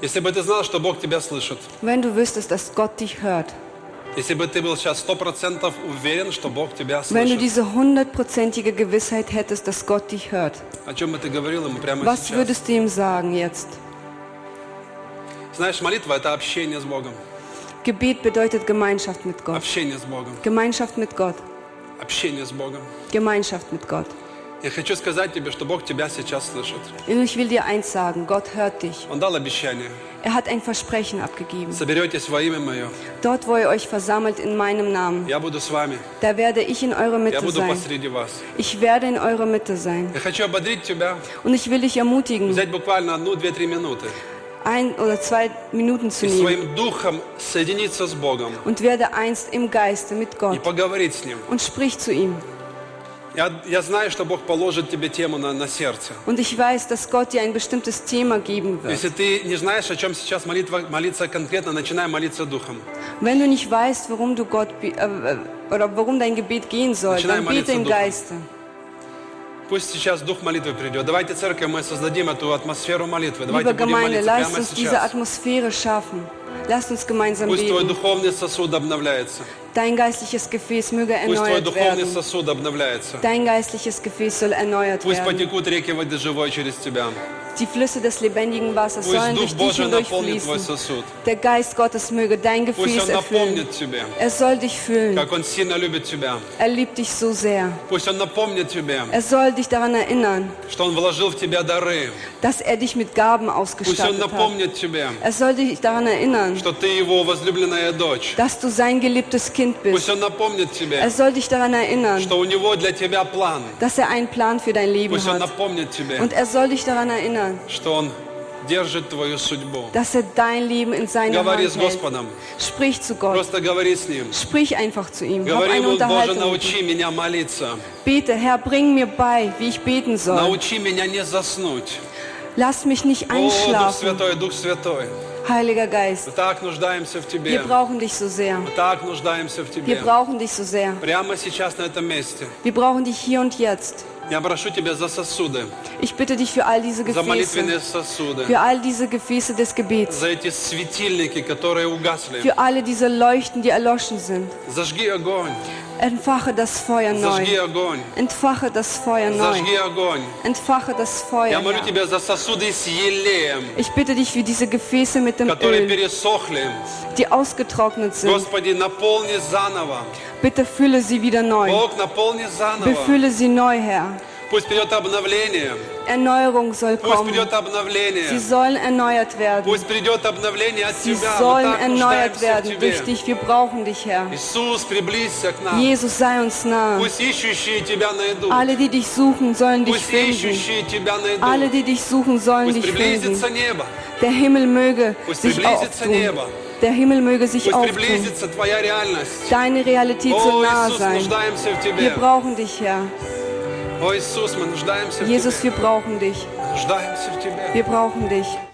Speaker 1: Если бы ты знал, что Бог тебя слышит,
Speaker 2: Wenn du wüsstest, dass Gott dich hört,
Speaker 1: если бы ты был сейчас сто процентов уверен, что Бог тебя
Speaker 2: wenn du
Speaker 1: слышит,
Speaker 2: diese hundertprozentige Gewissheit hättest, dass Gott dich hört,
Speaker 1: о чем бы ты говорил ему прямо
Speaker 2: was
Speaker 1: сейчас.
Speaker 2: würdest du ihm sagen jetzt?
Speaker 1: Знаешь, молитва – это общение с Богом,
Speaker 2: Gebet bedeutet Gemeinschaft mit Gott.
Speaker 1: общение с Богом,
Speaker 2: Gemeinschaft mit Gott.
Speaker 1: общение с Богом.
Speaker 2: Gemeinschaft mit Gott.
Speaker 1: Я хочу сказать тебе, что Бог тебя сейчас слышит.
Speaker 2: Und ich will dir eins sagen, Gott hört dich.
Speaker 1: Он дал обещание.
Speaker 2: Er hat ein Versprechen abgegeben.
Speaker 1: Соберетесь во имя Мое.
Speaker 2: Dort, wo ihr euch versammelt in meinem Namen,
Speaker 1: Я буду с вами.
Speaker 2: da werde ich in eurer
Speaker 1: Я
Speaker 2: Mitte
Speaker 1: буду
Speaker 2: sein.
Speaker 1: посреди вас.
Speaker 2: Ich werde in eurer Mitte sein.
Speaker 1: Я хочу ободрить тебя,
Speaker 2: Und ich will dich ermutigen,
Speaker 1: взять буквально одну, две, три минуты
Speaker 2: ein oder zwei Minuten zu
Speaker 1: и
Speaker 2: nehmen
Speaker 1: своим духом соединиться с Богом
Speaker 2: und werde einst im Geiste mit
Speaker 1: и
Speaker 2: Gott
Speaker 1: поговорить с Ним.
Speaker 2: und sprich zu ihm.
Speaker 1: Я, я знаю, что Бог положит тебе тему на, на сердце.
Speaker 2: Und ich weiß, dass Gott dir ein bestimmtes Thema geben wird.
Speaker 1: Если ты не знаешь, о чем сейчас молитва, молиться конкретно, начинай молиться Духом.
Speaker 2: Wenn du nicht weißt, warum du Gott be- äh, äh, oder warum dein Gebet gehen soll,
Speaker 1: Начинай
Speaker 2: dann bete
Speaker 1: молиться
Speaker 2: im
Speaker 1: Духом.
Speaker 2: Geiste.
Speaker 1: Пусть сейчас Дух молитвы придет. Давайте, церковь, мы создадим эту атмосферу молитвы. Давайте
Speaker 2: Liebe
Speaker 1: будем
Speaker 2: Gemeinde,
Speaker 1: молиться
Speaker 2: lasst
Speaker 1: прямо
Speaker 2: uns diese
Speaker 1: сейчас.
Speaker 2: Atmosphäre schaffen. Lasst uns gemeinsam
Speaker 1: Пусть твой
Speaker 2: beten.
Speaker 1: духовный сосуд обновляется.
Speaker 2: Dein geistliches Gefäß möge
Speaker 1: Пусть твой
Speaker 2: erneuert
Speaker 1: духовный
Speaker 2: werden.
Speaker 1: сосуд обновляется.
Speaker 2: Dein geistliches Gefäß soll erneuert
Speaker 1: Пусть
Speaker 2: werden.
Speaker 1: потекут реки воды живой через тебя.
Speaker 2: Die Flüsse des lebendigen Wassers
Speaker 1: Пусть
Speaker 2: sollen
Speaker 1: Дух
Speaker 2: durch dich
Speaker 1: Божий наполнит твой
Speaker 2: hindurchfließen.
Speaker 1: сосуд.
Speaker 2: Der Geist Gottes möge dein
Speaker 1: Пусть
Speaker 2: Gefäß
Speaker 1: Он
Speaker 2: erfüllen.
Speaker 1: напомнит тебе,
Speaker 2: Er soll dich füllen.
Speaker 1: как Он сильно любит тебя.
Speaker 2: Er liebt dich so sehr.
Speaker 1: Пусть Он напомнит тебе,
Speaker 2: Er soll dich daran erinnern,
Speaker 1: что Он вложил в тебя дары.
Speaker 2: dass er dich mit Gaben
Speaker 1: Пусть Он
Speaker 2: ausgestattet hat.
Speaker 1: напомнит тебе,
Speaker 2: Er soll dich daran erinnern,
Speaker 1: что ты Его возлюбленная дочь.
Speaker 2: dass du sein geliebtes Kind
Speaker 1: Пусть
Speaker 2: bist.
Speaker 1: Он напомнит тебе,
Speaker 2: Er soll dich daran erinnern,
Speaker 1: что у Него для тебя план.
Speaker 2: dass er einen Plan für dein Leben
Speaker 1: Пусть Он
Speaker 2: hat.
Speaker 1: напомнит тебе,
Speaker 2: Und er soll dich daran erinnern,
Speaker 1: что Он держит твою судьбу.
Speaker 2: dass er dein Leben in seiner Hand
Speaker 1: Говори с
Speaker 2: hält.
Speaker 1: Господом.
Speaker 2: Sprich zu Gott.
Speaker 1: Просто говори с Ним.
Speaker 2: Sprich einfach zu ihm. Hab
Speaker 1: Говори
Speaker 2: eine
Speaker 1: ему, Боже,
Speaker 2: Unterhaltung. mit ihm.
Speaker 1: научи меня молиться.
Speaker 2: Bete, Herr, bring mir bei, wie ich beten soll.
Speaker 1: Научи меня не заснуть.
Speaker 2: Lass mich nicht
Speaker 1: О, Дух
Speaker 2: einschlafen,
Speaker 1: Святой, Дух Святой,
Speaker 2: Heiliger
Speaker 1: мы
Speaker 2: Geist.
Speaker 1: так нуждаемся в Тебе.
Speaker 2: Wir brauchen dich so sehr.
Speaker 1: Мы так нуждаемся в Тебе.
Speaker 2: Wir brauchen dich so sehr.
Speaker 1: Прямо сейчас на этом месте
Speaker 2: Wir brauchen dich hier und jetzt.
Speaker 1: я прошу Тебя за сосуды,
Speaker 2: Ich bitte dich für all diese
Speaker 1: за
Speaker 2: Gefäße,
Speaker 1: молитвенные сосуды,
Speaker 2: für all diese Gefäße des Gebets,
Speaker 1: за эти светильники, которые угасли.
Speaker 2: für alle diese Leuchten, die erloschen sind.
Speaker 1: Зажги огонь,
Speaker 2: Entfache das Feuer
Speaker 1: Зажги
Speaker 2: neu.
Speaker 1: огонь.
Speaker 2: Entfache das Feuer
Speaker 1: Зажги
Speaker 2: neu.
Speaker 1: огонь.
Speaker 2: Entfache das
Speaker 1: Я
Speaker 2: Feuer.
Speaker 1: молю
Speaker 2: Herr.
Speaker 1: Тебя за сосуды с елеем,
Speaker 2: Ich bitte dich für diese Gefäße mit dem
Speaker 1: которые
Speaker 2: Öl,
Speaker 1: пересохли.
Speaker 2: die ausgetrocknet sind.
Speaker 1: Господи, наполни заново.
Speaker 2: Bitte fülle sie wieder neu.
Speaker 1: Бог, наполни заново.
Speaker 2: Befülle sie neu, Herr.
Speaker 1: Пусть придет обновление.
Speaker 2: Erneuerung soll
Speaker 1: Пусть
Speaker 2: kommen.
Speaker 1: придет обновление.
Speaker 2: Sie sollen erneuert werden.
Speaker 1: Пусть придет обновление от
Speaker 2: Sie
Speaker 1: Тебя. Мы
Speaker 2: sollen
Speaker 1: так
Speaker 2: erneuert
Speaker 1: нуждаемся в
Speaker 2: werden durch
Speaker 1: Тебе.
Speaker 2: dich. Wir brauchen dich, Herr.
Speaker 1: Иисус, приблизься к нам.
Speaker 2: Jesus, sei uns nah.
Speaker 1: Пусть ищущие Тебя найдут.
Speaker 2: Alle, die dich suchen, sollen dich
Speaker 1: Пусть
Speaker 2: finden.
Speaker 1: ищущие Тебя
Speaker 2: Alle,
Speaker 1: найдут.
Speaker 2: die dich suchen, sollen
Speaker 1: Пусть
Speaker 2: dich finden.
Speaker 1: приблизится небо.
Speaker 2: Der Himmel möge
Speaker 1: Пусть
Speaker 2: sich
Speaker 1: приблизится
Speaker 2: auftun.
Speaker 1: небо.
Speaker 2: Der Himmel möge sich
Speaker 1: Пусть
Speaker 2: auftun.
Speaker 1: приблизится Твоя реальность.
Speaker 2: Deine Realität
Speaker 1: О,
Speaker 2: soll nah
Speaker 1: Иисус,
Speaker 2: sein.
Speaker 1: нуждаемся в
Speaker 2: Wir
Speaker 1: Тебе.
Speaker 2: brauchen dich, Herr.
Speaker 1: О, Иисус, мы нуждаемся в Тебе.
Speaker 2: Jesus, wir brauchen dich.
Speaker 1: Нуждаемся в Тебе.
Speaker 2: Wir brauchen dich.